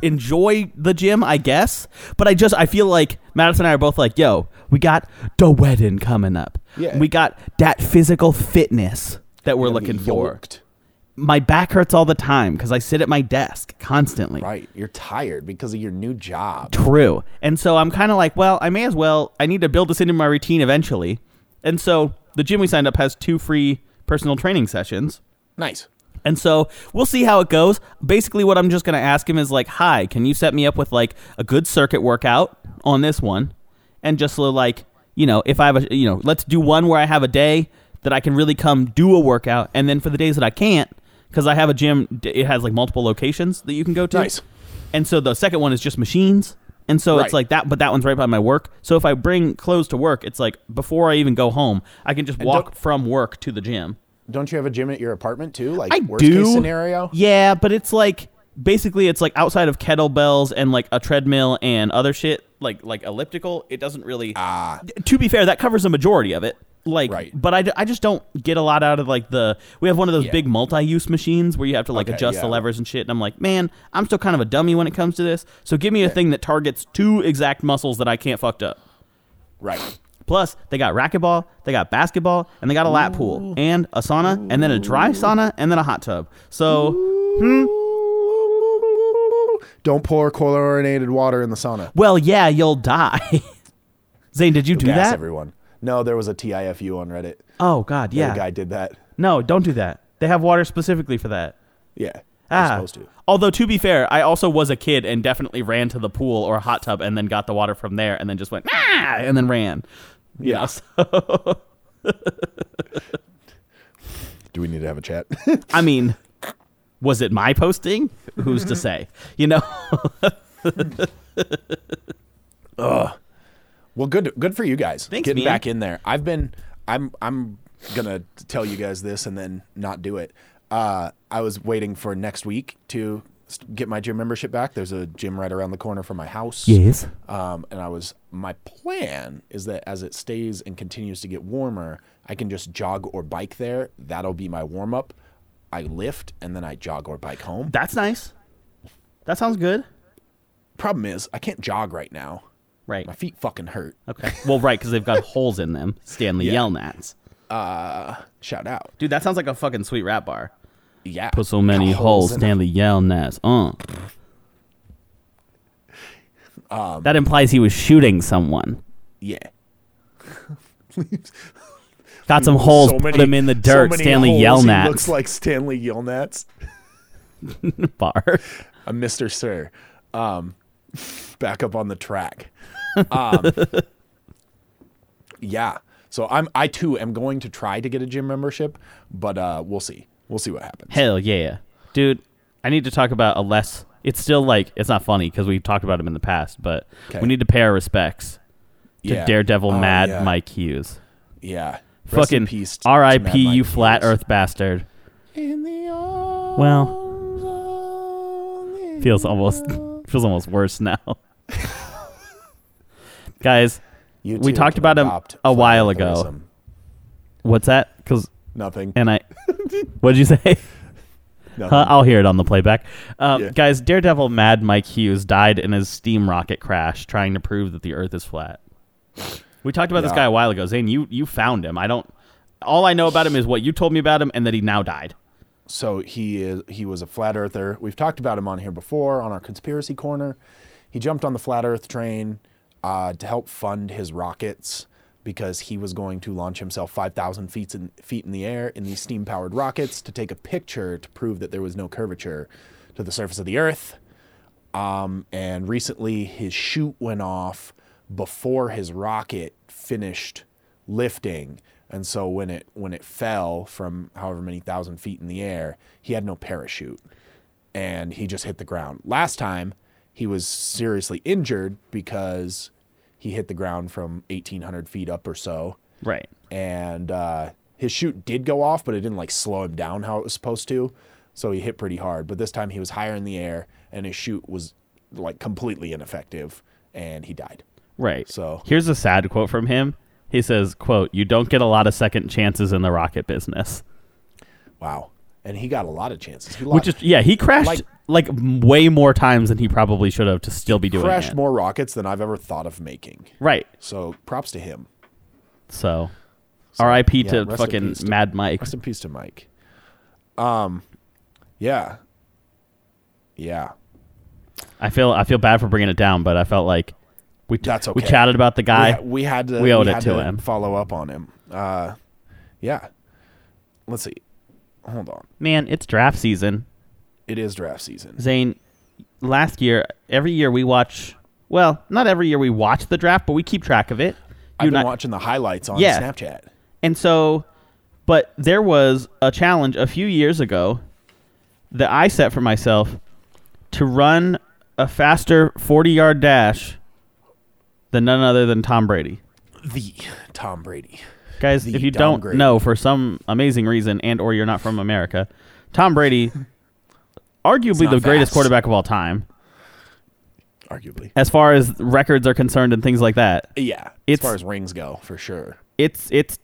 enjoy the gym, I guess, but I just I feel like Madison and I are both like, yo, we got the wedding coming up. Yeah. We got that physical fitness that we're looking for. Yoked. My back hurts all the time cuz I sit at my desk constantly. right you're tired because of your new job True. And so I'm kind of like, well, I may as well. I need to build this into my routine eventually. And so the gym we signed up has two free personal training sessions. nice And so we'll see how it goes. Basically, what I'm just going to ask him is like, "Hi, can you set me up with like a good circuit workout on this one?" And just so like, you know, if I have a, you know, let's do one where I have a day that I can really come do a workout, and then for the days that I can't, because I have a gym, d- it has like multiple locations that you can go to. Nice. And so the second one is just machines. And so it's Right. like that, but that one's right by my work. So if I bring clothes to work, it's like before I even go home, I can just walk from work to the gym. don't you have a gym at your apartment too like I worst do. case scenario Yeah, but it's like basically it's like outside of kettlebells and like a treadmill and other shit like like elliptical. It doesn't really. Ah. To be fair, that covers the majority of it. like Ah. Right. but I, d- I just don't get a lot out of like the we have one of those Yeah. big multi-use machines where you have to like Okay, adjust the yeah. levers and shit and i'm like man i'm still kind of a dummy when it comes to this so give me a thing that targets two exact muscles that i can't fucked up Right. plus they got racquetball they got basketball and they got a lap pool and a sauna and then a dry sauna and then a hot tub so Don't pour chlorinated water in the sauna. well yeah you'll die zane did you do Gas that everyone. No, there was a TIFU on Reddit. oh god Yeah. yeah The guy did that. no don't do that they have water specifically for that Yeah. You're Ah. supposed to. Although to be fair, I also was a kid and definitely ran to the pool or a hot tub and then got the water from there and then just went ah and then ran. You Yeah. know, so- Do we need to have a chat? I mean, was it my posting? Who's to say? You know. well, good good for you guys. Thanks, Getting man. back in there. I've been I'm I'm gonna tell you guys this and then not do it. Uh, I was waiting for next week to s- get my gym membership back. There's a gym right around the corner from my house. Um, and I was, my plan is that as it stays and continues to get warmer, I can just jog or bike there. That'll be my warm up. I lift and then I jog or bike home. That's nice. That sounds good. Problem is, I can't jog right now. Right. My feet fucking hurt. Okay. Well, right, because they've got holes in them. Stanley Yelnats. Uh, Shout out. Dude, that sounds like a fucking sweet rap bar. Yeah. Put so many Got holes, in 'em. Stanley Yelnats. Uh. Um, that implies he was shooting someone. Yeah. Got some holes, Hmm, So put many- them in the so dirt. many Stanley holes, he Yelnats Looks like Stanley Yelnats. bar. a Mr. Sir. Um, back up on the track. Um, yeah. So I'm I too am going to try to get a gym membership, but uh, we'll see. We'll see what happens. Hell yeah, dude! I need to talk about a less. It's still like it's not funny because we've talked about him in the past, but we Okay. need to pay our respects to Yeah. Daredevil Oh, Mad yeah. Mike Hughes. Yeah. Rest in Fucking peace to- to Mad R.I.P. Mike You flat Hughes. Earth bastard. In the arms of Feels almost feels almost worse now. Guys, You we too talked can about him adopt a while ago. philanthropism. what's that? Because Nothing. and I, what'd you say? nothing. Huh, I'll hear it on the playback. Um, Yeah. Guys, Daredevil Mad Mike Hughes died in his steam rocket crash trying to prove that the Earth is flat. We talked about this Yeah. guy a while ago. Zane, you, you found him. I don't. All I know about him is what you told me about him and that he now died. So he is he was a flat earther. We've talked about him on here before on our conspiracy corner. He jumped on the flat earth train uh, to help fund his rockets because he was going to launch himself 5,000 feet in, feet in the air in these steam powered rockets to take a picture to prove that there was no curvature to the surface of the earth. Um, and recently his chute went off before his rocket finished lifting. And so when it when it fell from however many thousand feet in the air, he had no parachute, and he just hit the ground. Last time, he was seriously injured because he hit the ground from eighteen hundred feet up or so, Right. and uh, his chute did go off, but it didn't like slow him down how it was supposed to. So he hit pretty hard. But this time he was higher in the air, and his chute was like completely ineffective, and he died. Right. So- here's a sad quote from him. He says, "quote You don't get a lot of second chances in the rocket business." Wow. And he got a lot of chances. He Which lost, is yeah, he crashed like, Like- m- way more times than he probably should have to still be doing crashed it. more rockets than I've ever thought of making. right. So props to him. So, R.I.P. yeah, to rest in fucking peace to- Mad Mike. Rest in peace to Mike. Um, yeah, yeah, I feel I feel bad for bringing it down, but I felt like we t- That's we okay. chatted about the guy. we, we had to we owed it had to him. Follow up on him. Uh, yeah. Let's see. Hold on. Man, it's draft season. It is draft season. Zane, last year, every year we watch. Well, not every year we watch the draft, but we keep track of it. I've You been and I- watching the highlights on Yeah. Snapchat. And so, but there was a challenge a few years ago that I set for myself to run a faster 40 yard dash than none other than Tom Brady. The Tom Brady. Guys, The if you Tom don't Brady. know for some amazing reason and or you're not from America, Tom Brady arguably not the greatest fast. quarterback of all time Arguably. as far as records are concerned and things like that. Yeah. It's- as far as rings go, for sure. It's it's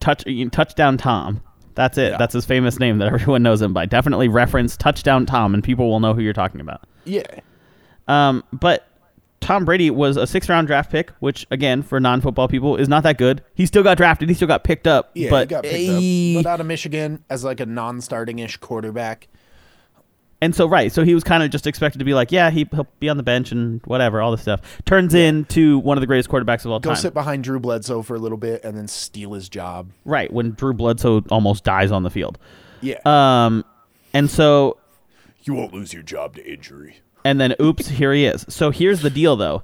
touch you- touchdown Tom. That's it. That's his famous name that everyone knows him by. Definitely reference touchdown Tom, and people will know who you're talking about. Yeah. Um, but Tom Brady was a sixth round draft pick, which again for non football people is not that good. He still got drafted. He still got picked up. Yeah, but he got picked Eh, up. But out of Michigan as like a non-starting ish quarterback. and so right, so he was kind of just expected to be like, yeah, he, he'll be on the bench and whatever, all this stuff. Turns into one of the greatest quarterbacks of all Go time. sit behind Drew Bledsoe for a little bit and then steal his job. Right when Drew Bledsoe almost dies on the field. Yeah. Um, and so you won't lose your job to injury. and then oops, here he is. So here's the deal though.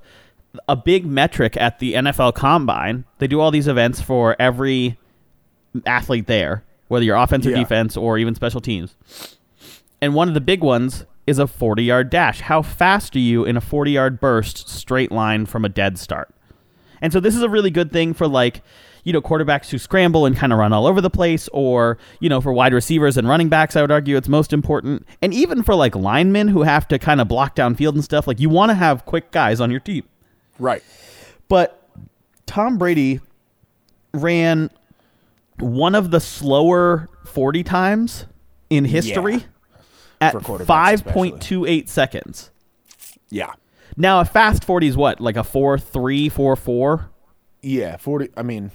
A big metric at the NFL combine, they do all these events for every athlete there, whether you're offense or Yeah. defense or even special teams. And one of the big ones is a 40 yard dash. How fast are you in a 40 yard burst straight line from a dead start? And so this is a really good thing for like, you know, quarterbacks who scramble and kind of run all over the place, or, you know, for wide receivers and running backs, I would argue it's most important. And even for like linemen who have to kind of block downfield and stuff, like you want to have quick guys on your team. Right. But Tom Brady ran one of the slower 40 times in history at For quarterbacks 5.28 seconds. Yeah. Now, a fast 40 is what? Like a 4 3, 4 4? Yeah. Forty. I mean,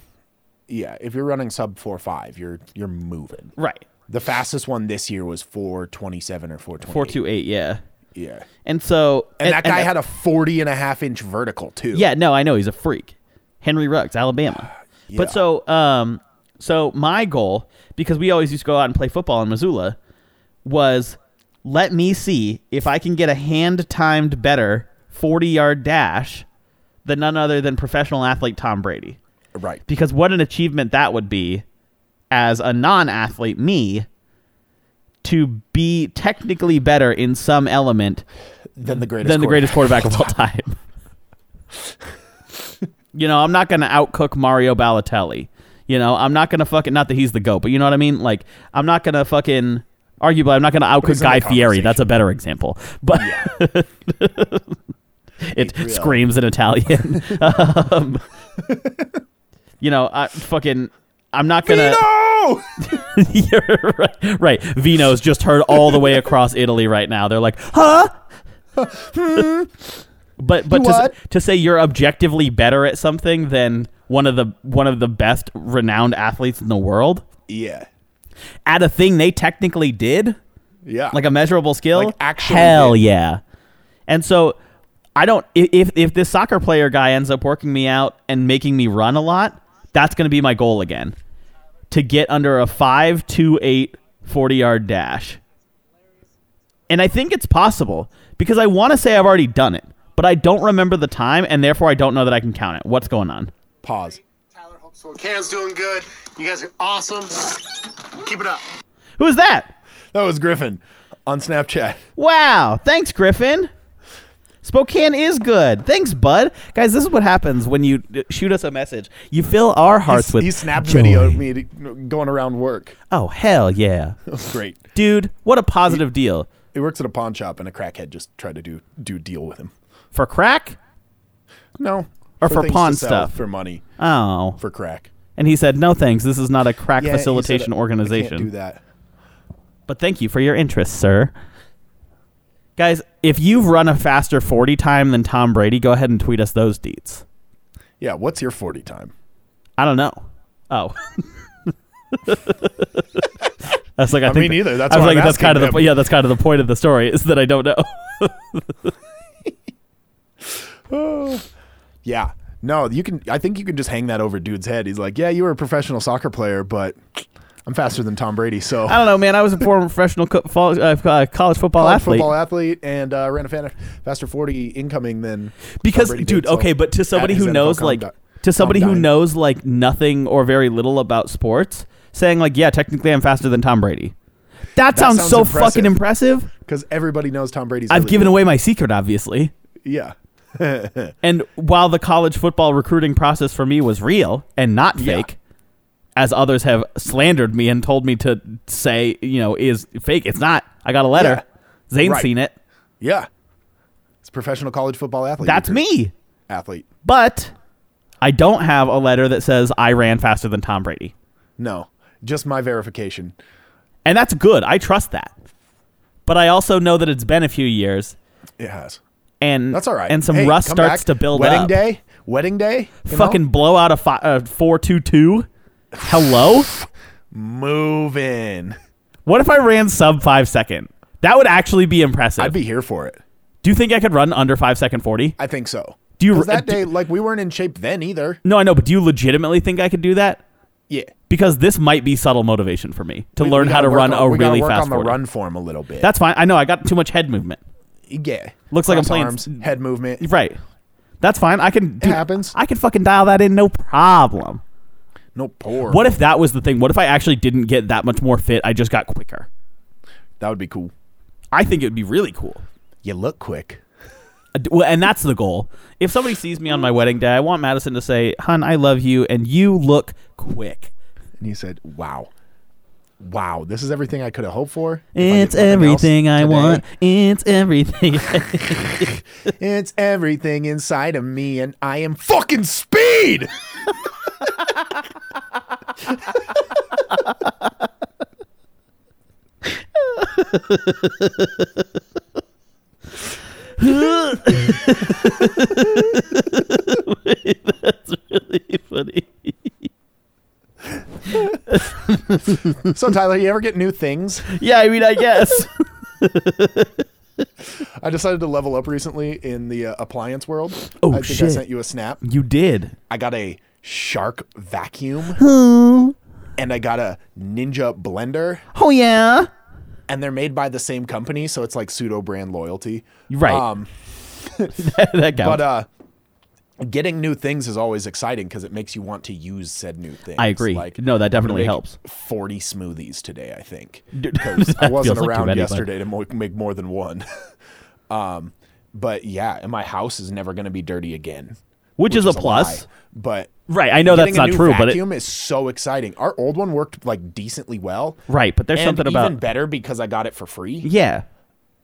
yeah. If you're running sub four five, you're you're moving. Right. The fastest one this year was four twenty seven or four twenty. 428, yeah. Yeah. And so. And, that guy had a 40 and a half inch vertical too. Yeah, no, I know he's a freak. Henry Ruggs, Alabama. Yeah. But so um so my goal because we always used to go out and play football in Missoula was let me see if I can get a hand timed better 40-yard dash than none other than professional athlete Tom Brady Right. because what an achievement that would be as a non-athlete me to be technically better in some element Then the greatest. than the quarterback. greatest quarterback of all time. you know, I'm not going to outcook Mario Balotelli. You know, I'm not going to fucking not that he's the goat, but you know what I mean? Like I'm not going to fucking arguably I'm not going to outcook he's in Guy the Fieri. conversation. That's a better example. But it Gabriel. screams in Italian. um, you know, I fucking I'm not going to No. You're right, right. Vino's just heard all the way across Italy right now. They're like, huh? but but to, s- What? to say you're objectively better at something than one of the one of the best renowned athletes in the world yeah. at a thing they technically did Yeah. like a measurable skill Like, actually hell did. yeah and so i don't i- if if this soccer player guy ends up working me out and making me run a lot that's going to be my goal again to get under a 528 40 yard dash and i think it's possible because i want to say i've already done it but i don't remember the time and therefore i don't know that i can count it what's going on pause. Tyler Hope Socan's doing good. You guys are awesome. Keep it up. who is that That was Griffin on Snapchat. Wow. Thanks, Griffin. Spokane is good. Thanks, bud. Guys, this is what happens when you uh, shoot us a message. You fill our hearts with he snapped joy. video of me going around work. Oh, hell yeah. It was great. Dude, what a positive deal. He works at a pawn shop, and a crackhead just tried to do do deal with him. For crack? No, Or for things to pawn sell, stuff. for money Oh. for crack And he said, "No thanks. This is not a crack Yeah, he said, facilitation "I organization." Can't do that. But thank you for your interest, sir. Guys, if you've run a faster 40 time than Tom Brady, go ahead and tweet us those deets. Yeah, what's your forty time? I don't know. Oh. that's like I, think mean, either. That's I was why I'm like that's kind of asking the him. yeah that's kind of the point of the story is that I don't know. Yeah, no, you can. I think you can just hang that over dude's head. He's like, yeah, you were a professional soccer player, but I'm faster than Tom Brady, so I don't know, man. I was a former professional co- fo- uh, uh, college football college athlete football athlete and uh, ran a fan faster forty incoming than Tom because Brady dude, did, so okay, but to at somebody his who NFL knows like conduct- to somebody who conduct. knows like nothing or very little about sports, saying like yeah, technically I'm faster than Tom Brady. That, sounds, sounds so impressive. fucking impressive. because everybody knows Tom Brady's. I've really given good. away my secret, obviously. yeah, And while the college football recruiting process for me was real and not Yeah. fake, as others have slandered me and told me to say, you know, is fake. It's not. I got a letter. Zane's Right. seen it. yeah. It's a professional college football athlete. That's recruit. me. athlete. But I don't have a letter that says I ran faster than Tom Brady. No, just my verification. And that's good. I trust that. But I also know that it's been a few years It has. and That's all right. And some Hey, rust come starts back. to build Wedding up. day. Wedding day. you know? Fucking blow out a fi- uh, 422. Hello? move in. what if I ran sub 5 second? That would actually be impressive. I'd be here for it. Do you think I could run under 5 second 40? I think so. Do you- 'Cause that do- day? Like we weren't in shape then either. No, I know, but do you legitimately think I could do that? Yeah. Because this might be subtle motivation for me to We- learn we how gotta to work run on- a we gotta really work fast on the 40. run form a little bit. That's fine. I know I got too much head movement. yeah. Looks like I'm Cross playing- arms, head movement. Right. That's fine. I can do happens. I can fucking dial that in no problem. No poor. What if that was the thing? What if I actually didn't get that much more fit? I just got quicker. that would be cool. I think it would be really cool. You look quick. Uh, d- Well, and that's the goal. If somebody sees me on my wedding day, I want Madison to say, "Hun, I love you," and you look quick. And he said, "Wow, wow, this is everything I could have hoped for. If I did It's nothing else everything I today, want. It's everything. It's everything inside of me, and I am fucking speed." Funny. so Tyler, you ever get new things? yeah, I mean, I guess. I decided to level up recently in the uh, appliance world. Oh, I think I shit. sent you a snap. you did. I got a Shark vacuum, Oh, and I got a Ninja blender, oh yeah. and they're made by the same company, so it's like pseudo brand loyalty. Right. Um, that guy. but uh getting new things is always exciting because it makes you want to use said new things I agree. No, that I'm gonna definitely make helps. 40 smoothies today i think Dude, 'Cause i wasn't that feels like too around many, bud. yesterday to mo- make more than one um but yeah and my house is never going to be dirty again Which is a lie. plus. but Right, I know that's getting a not new true, but it- vacuum is so exciting our old one worked like decently well Right, but there's and something even about better because i got it for free yeah.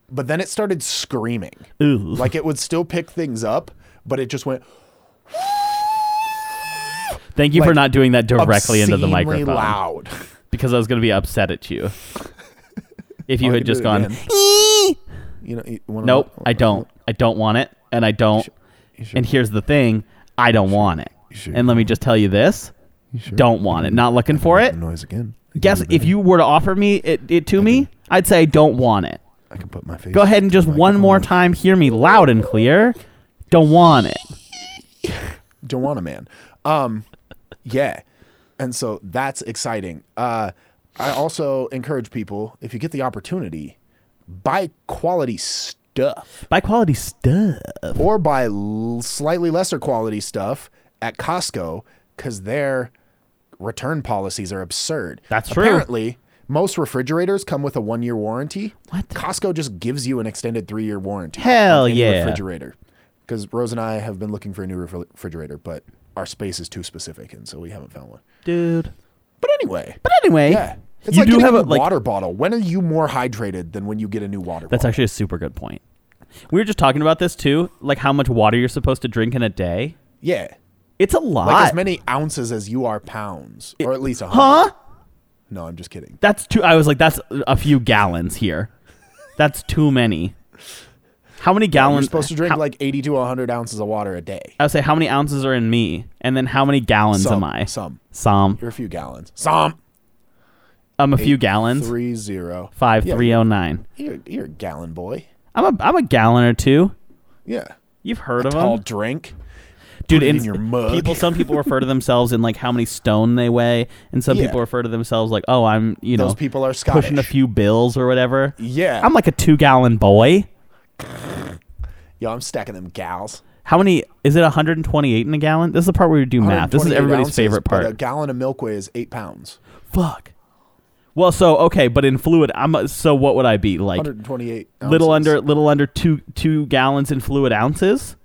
but then it started screaming. Ooh. Like it would still pick things up, but it just went Thank you for like, not doing that directly into the obscenely microphone loud. because I was going to be upset at you if you I had can just do it gone. again. You know, you wanna- Oh, Nope, I don't. I don't want it, and I don't. And here's the thing: I don't want it. should- And let me just tell you this: don't want it. Not looking for it. noise again. Guess if you were to offer me it, it to me, I'd say I don't want it. I can put my face. Go ahead and just one more time hear me loud and clear. Don't want it. Don't want a man. Um, yeah, and so that's exciting. Uh, I also encourage people if you get the opportunity, buy quality stuff. Buy quality stuff. or buy l- slightly lesser quality stuff at Costco because their return policies are absurd. That's true. Apparently, most refrigerators come with a one year warranty. What? Costco just gives you an extended three year warranty. on Hell any yeah. Refrigerator. Because Rose and I have been looking for a new refri- refrigerator, but our space is too specific, and so we haven't found one. Dude. But anyway, But anyway, yeah. It's you like do getting have a a new like, water bottle. When are you more hydrated than when you get a new water That's bottle? actually a super good point. We were just talking about this too, like how much water you're supposed to drink in a day. yeah. It's a lot. like as many ounces as you are pounds, or at least a hundred. huh? No, I'm just kidding. That's too. I was like, that's a few gallons here. That's too many. How many gallons? You're supposed to drink how- like 80 to 100 ounces of water a day. I would say how many ounces are in me, and then how many gallons Some, am I? some. Some. You're a few gallons. Some I'm a few gallons. three zero Five Yeah, three oh nine. You're, you're a gallon boy. I'm a I'm a gallon or two. Yeah, You've heard of tall them, drink. dude. it in and your mug. People. Some people refer to themselves in like how many stone they weigh, and some Yeah. people refer to themselves like, oh, I'm you know Those people are Scottish. pushing a few bills or whatever. Yeah, I'm like a two gallon boy. yo, I'm stacking them gals. How many is it 128 in a gallon? This is the part where we do math. This is 128 everybody's ounces, favorite but uh, part. a gallon of Milk Way is eight pounds. Fuck. Well, so okay, but in fluid, I'm a, so what would I be like? 128. Little ounces. under little under two two gallons in fluid ounces.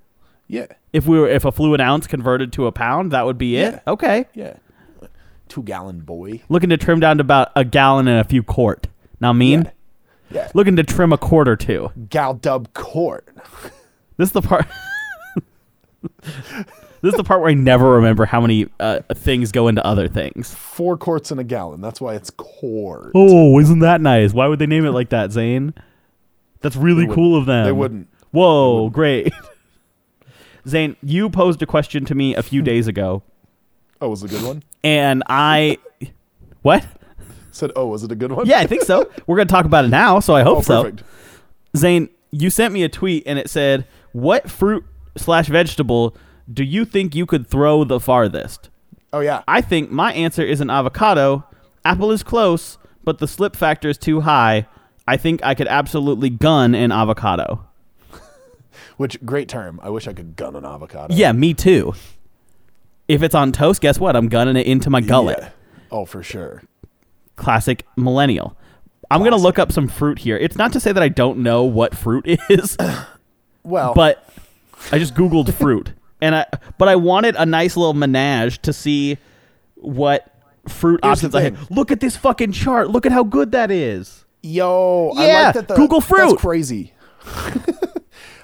Yeah, If we were if a fluid ounce converted to a pound, that would be it. Yeah. Okay, yeah. Two gallon boy. looking to trim down to about a gallon and a few quart. Now mean, Yeah. Yeah, looking to trim a quart or two. gal dub court. This is the part. This is the part where I never remember how many uh, things go into other things. Four quarts in a gallon. That's why it's quart. Oh, isn't that nice? Why would they name it like that, Zane? That's really They cool wouldn't. of them. They wouldn't. Whoa, great. Zane, you posed a question to me a few days ago, Oh, was it a good one? and I. What? Said, oh, was it a good one? Yeah, I think so. We're going to talk about it now, so I hope Oh, so. perfect. Zane, you sent me a tweet and it said, "What fruit slash vegetable do you think you could throw the farthest?" Oh yeah. I think my answer is an avocado. Apple is close, but the slip factor is too high. I think I could absolutely gun an avocado. Which great term. I wish I could gun an avocado. Yeah, me too. If it's on toast, guess what? I'm gunning it into my gullet. Yeah. Oh, for sure. Classic millennial. I'm going to look up some fruit here. It's not to say that I don't know what fruit is. Well, but I just Googled fruit, and I but I wanted a nice little menage to see what fruit Here's the options I had. thing. Look at this fucking chart. Look at how good that is. yo, I Yeah, like that the Google fruit. That's crazy.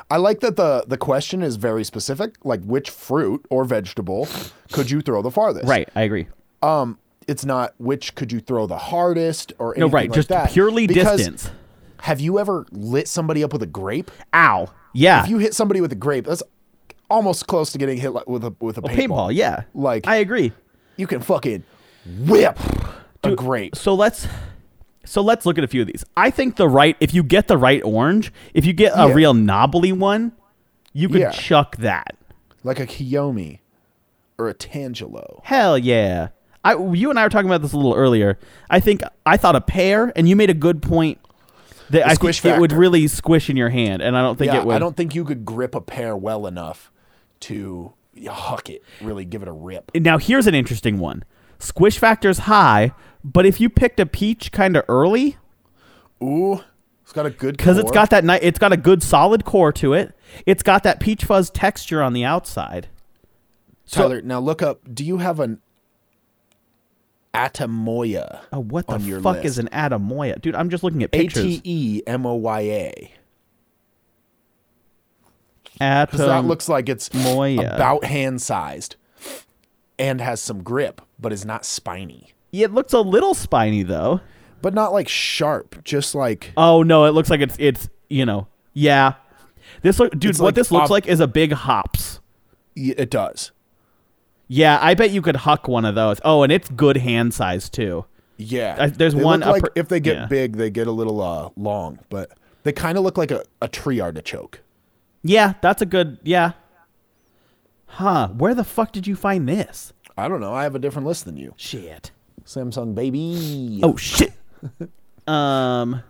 I like that the the question is very specific, like which fruit or vegetable could you throw the farthest? Right, I agree. Um, it's not which could you throw the hardest or anything No, Oh, right, like just that. purely Because distance. Have you ever lit somebody up with a grape? Ow. Yeah. If you hit somebody with a grape, that's almost close to getting hit like, with a with a paintball. paintball. Yeah. Like- I agree. You can fucking whip a grape. So let's so let's look at a few of these. I think the right if you get the right orange, if you get a Yeah. real knobbly one, you could Yeah. chuck that. like a Kiyomi or a Tangelo. Hell yeah. I, you and I were talking about this a little earlier. I think I thought a pear, and you made a good point that I think squish it would factor. really squish in your hand, and I don't think Yeah, it would. I don't think you could grip a pear well enough to huck it, really give it a rip. now here's an interesting one. Squish factor's high, but if you picked a peach kind of early, Ooh, it's got a good because it's core. got that ni- it's got a good solid core to it. It's got that peach fuzz texture on the outside. Tyler. now look up. Do you have an Atamoya? Oh, what the on your fuck list? is an Adamoya, dude? I'm just looking at A T pictures. E M O Y A. Because that Atom- looks like it's Moya. about hand sized and has some grip, but is not spiny. it looks a little spiny though. But not like sharp, just like Oh no, it looks like it's it's you know yeah. This look, dude, It's what like this looks ob- like is a big hops. y- it does. Yeah, I bet you could huck one of those. Oh, and it's good hand size too. Yeah. I- there's They one look like upper- if they get yeah. big, they get a little uh, long, but they kind of look like a, a tree artichoke. Yeah, that's a good yeah. Huh? Where the fuck did you find this? I don't know. I have a different list than you. Shit. Samsung baby. Oh shit. um.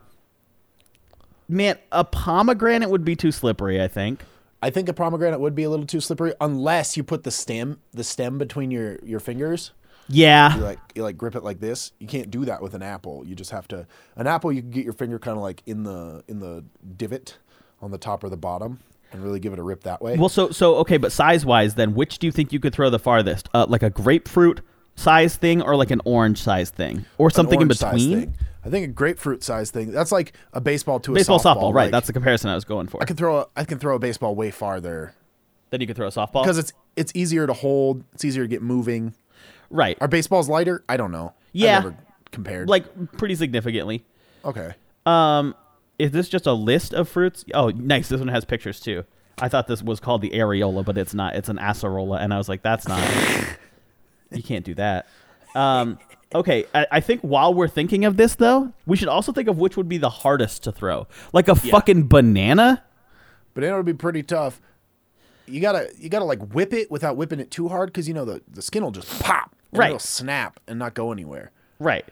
Man, a pomegranate would be too slippery. I think. I think a pomegranate would be a little too slippery unless you put the stem the stem between your your fingers. Yeah. You like you like grip it like this. You can't do that with an apple. You just have to an apple you can get your finger kind of like in the in the divot on the top or the bottom and really give it a rip that way. Well, so so okay, but size wise, then which do you think you could throw the farthest? Uh, like a grapefruit size thing, or like an orange size thing, or An something in orange size between? thing. I think a grapefruit size thing. That's like a baseball to Baseball, a softball. softball, right? Like, That's the comparison I was going for. I can throw a, I can throw a baseball way farther Then you could throw a softball because it's it's easier to hold. It's easier to get moving. right, Are baseballs lighter? I don't know. I Yeah. never compared. like pretty significantly. okay, Um, is this just a list of fruits? Oh, nice. This one has pictures too. I thought this was called the areola, but it's not. It's an acerola, and I was like, that's not. you can't do that. Um, okay, I, I think while we're thinking of this though, we should also think of which would be the hardest to throw, like a fucking banana. banana would be pretty tough. You gotta you gotta like whip it without whipping it too hard because you know the the skin will just pop. and Right. It'll snap and not go anywhere. Right.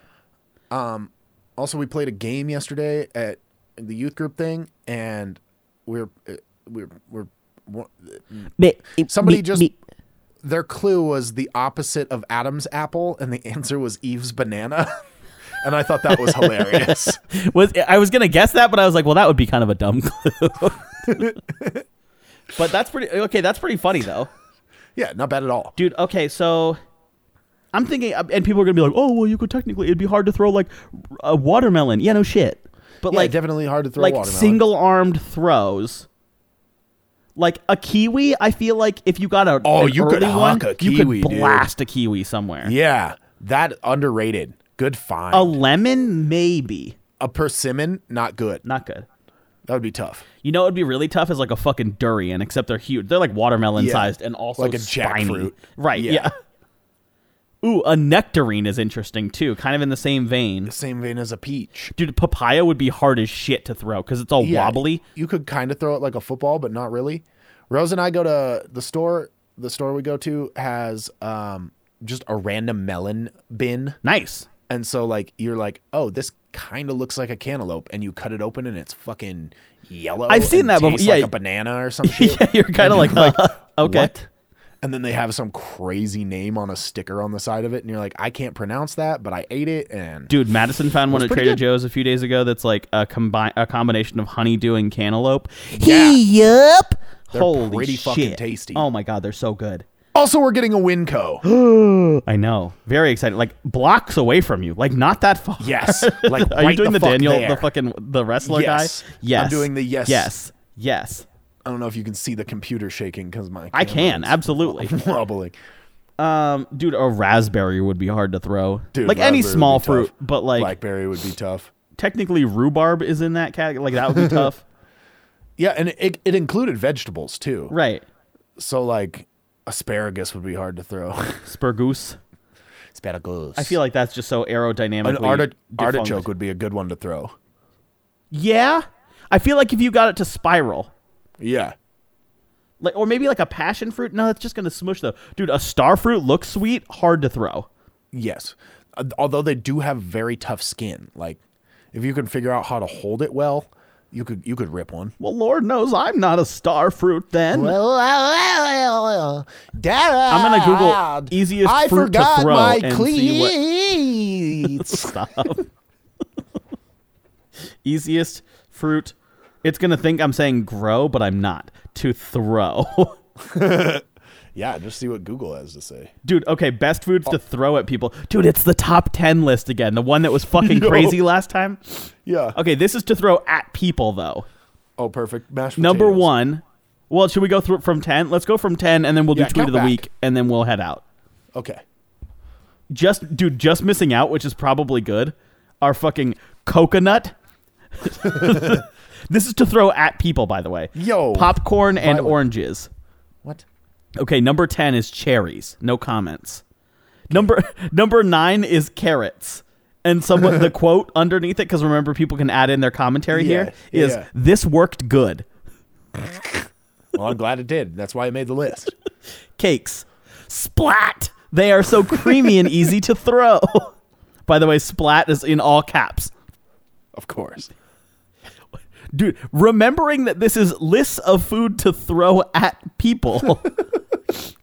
Also, we played a game yesterday at the youth group thing, and we're uh, we're we're. one- Somebody just their clue was the opposite of Adam's apple, and the answer was Eve's banana. and I thought that was hilarious. was I was gonna guess that, but I was like, well, that would be kind of a dumb clue. but that's pretty okay. That's pretty funny though. yeah, not bad at all. dude okay so i'm thinking and people are gonna be like oh well you could technically it'd be hard to throw like a watermelon yeah no shit but Yeah, like definitely hard to throw like watermelon. single-armed throws Like a kiwi, I feel like if you got a Oh, an you could early one, huck a you kiwi, could dude. blast a kiwi somewhere. Yeah, that underrated. Good find. A lemon, maybe a persimmon, not good. not good. That would be tough. You know, it'd be really tough is like a fucking durian, except they're huge. They're like watermelon Yeah. sized and also Like a spiny. jackfruit. Right? Yeah. Yeah. Ooh, a nectarine is interesting too. Kind of in the same vein. Same vein as a peach. Dude, papaya would be hard as shit to throw because it's all Yeah, wobbly. You could kind of throw it like a football, but not really. Rose and I go to the store. The store we go to has um, just a random melon bin, Nice. and so like you're like, oh, this kind of looks like a cantaloupe, and you cut it open, and it's fucking yellow. I've seen and that before. tastes Yeah. Like a banana or some shit. yeah, you're kind of like, uh, okay. what? And then they have some crazy name on a sticker on the side of it, and you're like, I can't pronounce that, but I ate it, and Dude, Madison found one at pretty Trader good. Joe's a few days ago that's like a combi- a combination of honeydew and cantaloupe. Yeah. Yup. They're Holy pretty shit. fucking tasty. Oh my god, they're so good. also we're getting a Winco. I know. Very excited. Like blocks away from you. Like not that far. Yes. Like Are you right doing the, the fuck Daniel the there. fucking the wrestler Yes. guy? I'm Yes. doing the yes. Yes. Yes. I don't know if you can see the computer shaking because my I camera can, is absolutely. wobbling. Um dude, a raspberry would be hard to throw. Dude, like raspberry any would be small tough. fruit, but like Blackberry would be tough. technically rhubarb is in that category. Like that would be tough. Yeah, and it, it included vegetables too. Right. So like asparagus would be hard to throw. Spurgoose. asparagus. I feel like that's just so aerodynamically. an arti- defunct. artichoke would be a good one to throw. Yeah, I feel like if you got it to spiral, Yeah. like or maybe like a passion fruit. No, that's just gonna smush though, dude. A star fruit looks sweet, hard to throw. Yes. Uh, although they do have very tough skin. Like if you can figure out how to hold it well, you could you could rip one. Well, Lord knows I'm not a star fruit then. I'm gonna Google easiest I fruit to forgot throw my and see what- cleats. Stop. Easiest fruit. It's gonna think I'm saying grow, but I'm not. To throw. yeah, just see what Google has to say. Dude, okay, best foods to throw at people. Dude, it's the top 10 list again. The one that was fucking Yo. crazy last time. Yeah. Okay, this is to throw at people though. Oh, perfect. Mashed Number potatoes. one. Well, should we go through from ten? Let's go from ten, and then we'll Yeah, do tweet count of the back. week, and then we'll head out. Okay. Just dude, just missing out, which is probably good. Our fucking coconut. this is to throw at people, by the way. Yo. popcorn and Violent. oranges. What? Okay, number ten is cherries. No comments. Number number nine is carrots. And someone the quote underneath it, because remember people can add in their commentary Yeah, here, is yeah. this worked good. Well, I'm glad it did. That's why I made the list. cakes. Splat! They are so creamy and easy to throw. By the way, splat is in all caps. Of course. Dude, remembering that this is lists of food to throw at people.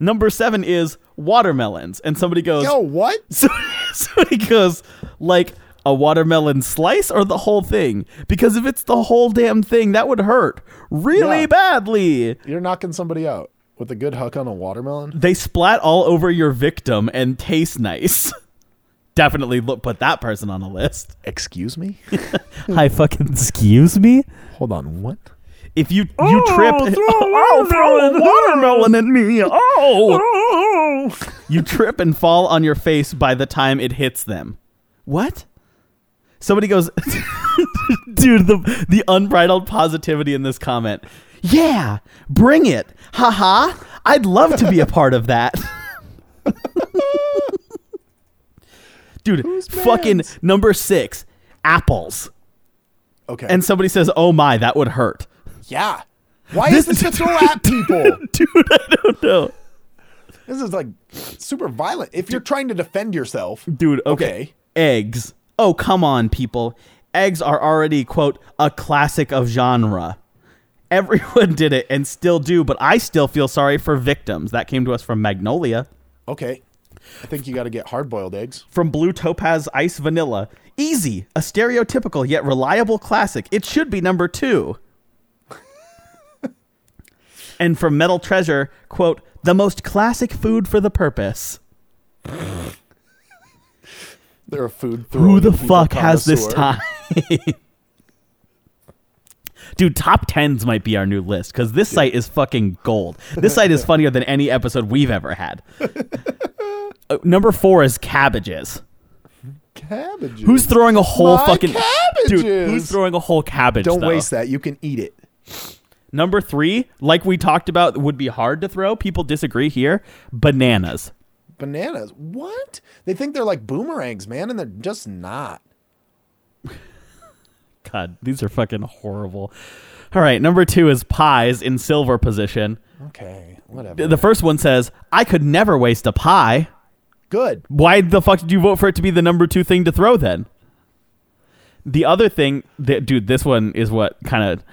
Number seven is watermelons. And somebody goes, Yo, what? so, so he goes, like, a watermelon slice or the whole thing? Because if it's the whole damn thing, that would hurt really Yeah. badly. You're knocking somebody out with a good huck on a watermelon? they splat all over your victim and taste nice. Definitely look, put that person on the list. Excuse me? Hmm. Hi, fucking excuse me. Hold on. What? If you you trip, oh, throw a watermelon at me. Oh, you trip and fall on your face by the time it hits them. What? Somebody goes, dude. The the unbridled positivity in this comment. Yeah, bring it. Ha ha. I'd love to be a part of that. Dude, fucking mans? number six, apples. Okay. And somebody says, "Oh my, that would hurt." yeah. Why This- is this to throw at people? dude i don't know This is like super violent. If you're trying to defend yourself, dude okay. Okay. eggs oh come on people eggs are already quote a classic of genre everyone did it and still do but i still feel sorry for victims that came to us from magnolia okay. I think you got to get hard boiled eggs. from blue topaz ice vanilla easy a stereotypical yet reliable classic it should be number two and from metal treasure quote the most classic food for the purpose They're a food Who throwing the people fuck has this connoisseur. time? Dude, top tens might be our new list because this site is fucking gold. This site is funnier than any episode we've ever had. Uh, number four is cabbages. Cabbages. Who's throwing a whole My fucking dude? cabbages! Who's throwing a whole cabbage? Don't though? waste that. You can eat it. Number three, like we talked about, would be hard to throw. People disagree here. Bananas. Bananas. What? They think they're like boomerangs, man, and they're just not. God, these are fucking horrible. All right, number two is pies in silver position. Okay. Whatever. The first one says, "I could never waste a pie." Good. Why the fuck did you vote for it to be the number two thing to throw then? The other thing, that, dude, this one is what kind of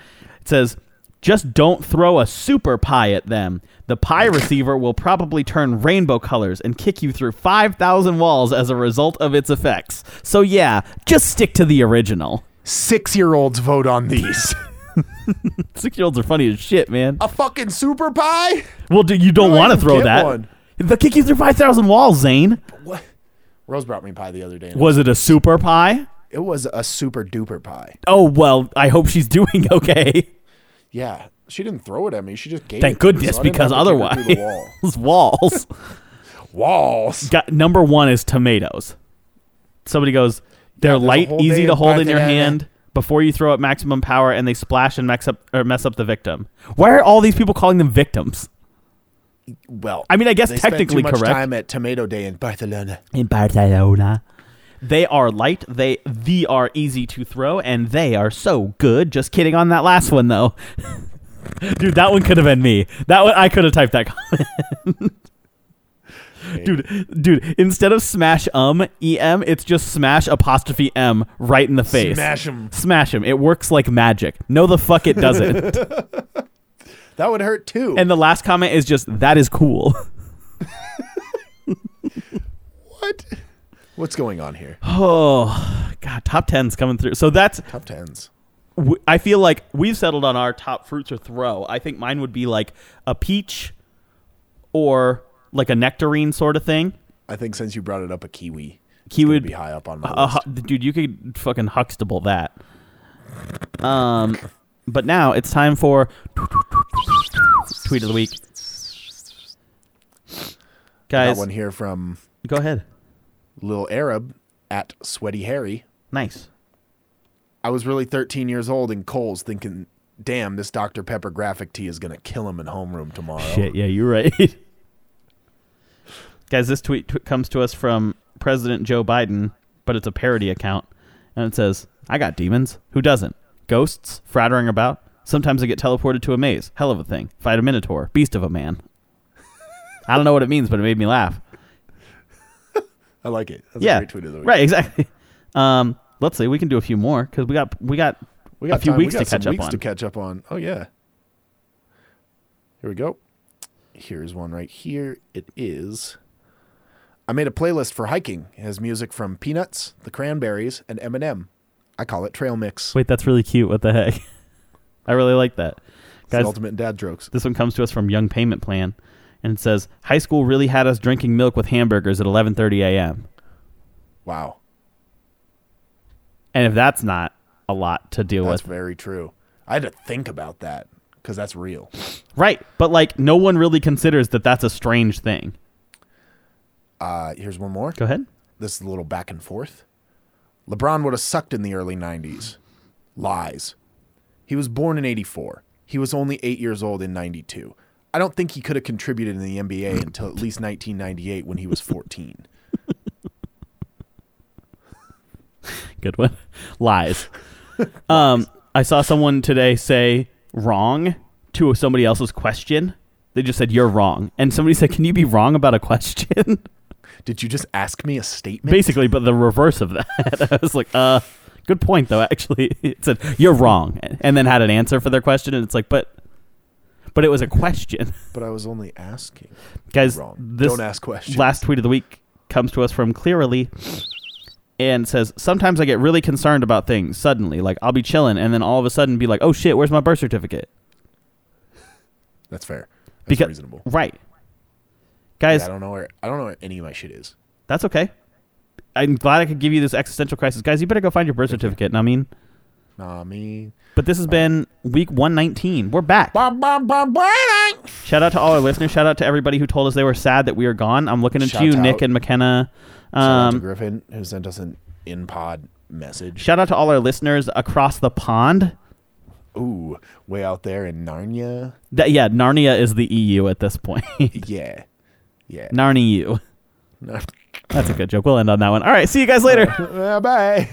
it says. Just don't throw a super pie at them. The pie receiver will probably turn rainbow colors and kick you through 5,000 walls as a result of its effects. So, yeah, just stick to the original. Six year olds vote on these. Six year olds are funny as shit, man. a fucking super pie? Well, do, you don't Why want to even throw get that. one? They'll kick you through 5,000 walls, Zane. What? Rose brought me pie the other day. and Was it a super pie? It was a super duper pie. Oh, well, I hope she's doing okay. Yeah. She didn't throw it at me. She just gave Thank it to me, goodness, so I didn't because have to kick her otherwise, through the wall. those walls. Walls. Got, number one is tomatoes. Somebody goes, they're there's a light, whole easy day to of hold in your banana." hand before you throw at maximum power, and they splash and mess up, or mess up the victim. Why are all these people calling them victims? Well, I mean, I guess they spent technically too much correct. time at Tomato Day in Barcelona. in Barcelona. They are light. They the are easy to throw, and they are so good. Just kidding on that last one though, dude. That one could have been me. That one I could have typed that comment. Dude, dude! Instead of smash um em, it's just smash apostrophe m right in the face. Smash 'em. Smash him. It works like magic. No, the fuck it doesn't. That would hurt too. and the last comment is just that is cool. what? What's going on here? Oh, god! Top tens coming through. So that's Top tens. w- I feel like we've settled on our top fruits or throw. I think mine would be like a peach or like a nectarine sort of thing. I think since you brought it up, a kiwi. It's Kiwi gonna would- be high up on my Uh, list. hu- dude, you could fucking huxtable that. Um, but now it's time for tweet of the week, Got guys. one here from Go ahead. Lil Arab at Sweaty Harry. Nice. I was really 13 years old in Coles, thinking, "Damn, this Dr Pepper graphic tee is gonna kill him in homeroom tomorrow." Shit, yeah, you're right. Guys, this tweet t- comes to us from President Joe Biden, but it's a parody account. And it says, I got demons. Who doesn't? Ghosts, frattering about. Sometimes I get teleported to a maze. Hell of a thing. Fight a minotaur. Beast of a man. I don't know what it means, but it made me laugh. I like it. That's yeah. a great tweet of the week. Right, exactly. Um, let's see. We can do a few more because we got, we got We got a few time. weeks we got to catch some up weeks on. to catch up on. Oh yeah. Here we go. Here's one right here. It is. I made a playlist for hiking. It has music from Peanuts, The Cranberries, and Eminem. I call it Trail Mix. Wait, that's really cute. What the heck? I really like that. It's the Guys, ultimate dad jokes. This one comes to us from Young Payment Plan, and it says, "High school really had us drinking milk with hamburgers at 11:30 a.m." Wow, And if that's not a lot to deal that's with, very true. I had to think about that because that's real. right? But like, no one really considers that that's a strange thing. Uh, here's one more. Go ahead. This is a little back and forth. LeBron would have sucked in the early 90s. Lies. He was born in 84. He was only eight years old in 92. I don't think he could have contributed in the NBA until at least 1998 when he was 14. Good one. Lies. um, I saw someone today say wrong to somebody else's question. They just said you're wrong, and somebody said, "Can you be wrong about a question?" Did you just ask me a statement? Basically, but the reverse of that. I was like, uh, good point though. Actually, it said you're wrong, and then had an answer for their question, and it's like, but, but it was a question, But I was only asking. guys. Wrong. This Don't ask questions. Last tweet of the week comes to us from Clearly, and says, sometimes I get really concerned about things suddenly. Like I'll be chilling, and then all of a sudden be like, oh shit, where's my birth certificate? That's fair. That's Because reasonable. right, guys, Yeah, I don't know where I don't know where any of my shit is. that's okay. I'm glad I could give you this existential crisis, guys. You better go find your birth certificate. And I mean, Nah, me. But this has been week 119. We're back. Shout out to all our listeners. Shout out to everybody who told us they were sad that we are gone. I'm looking at Shout you, out. Nick and McKenna. Shout out to Um, Griffin who sent us an in pod message. shout out to all our listeners across the pond. Ooh, way out there in Narnia. That yeah, Narnia is the EU at this point. Yeah, yeah. Narnia. E No. That's a good joke. We'll end on that one. All right, see you guys later. Uh, bye.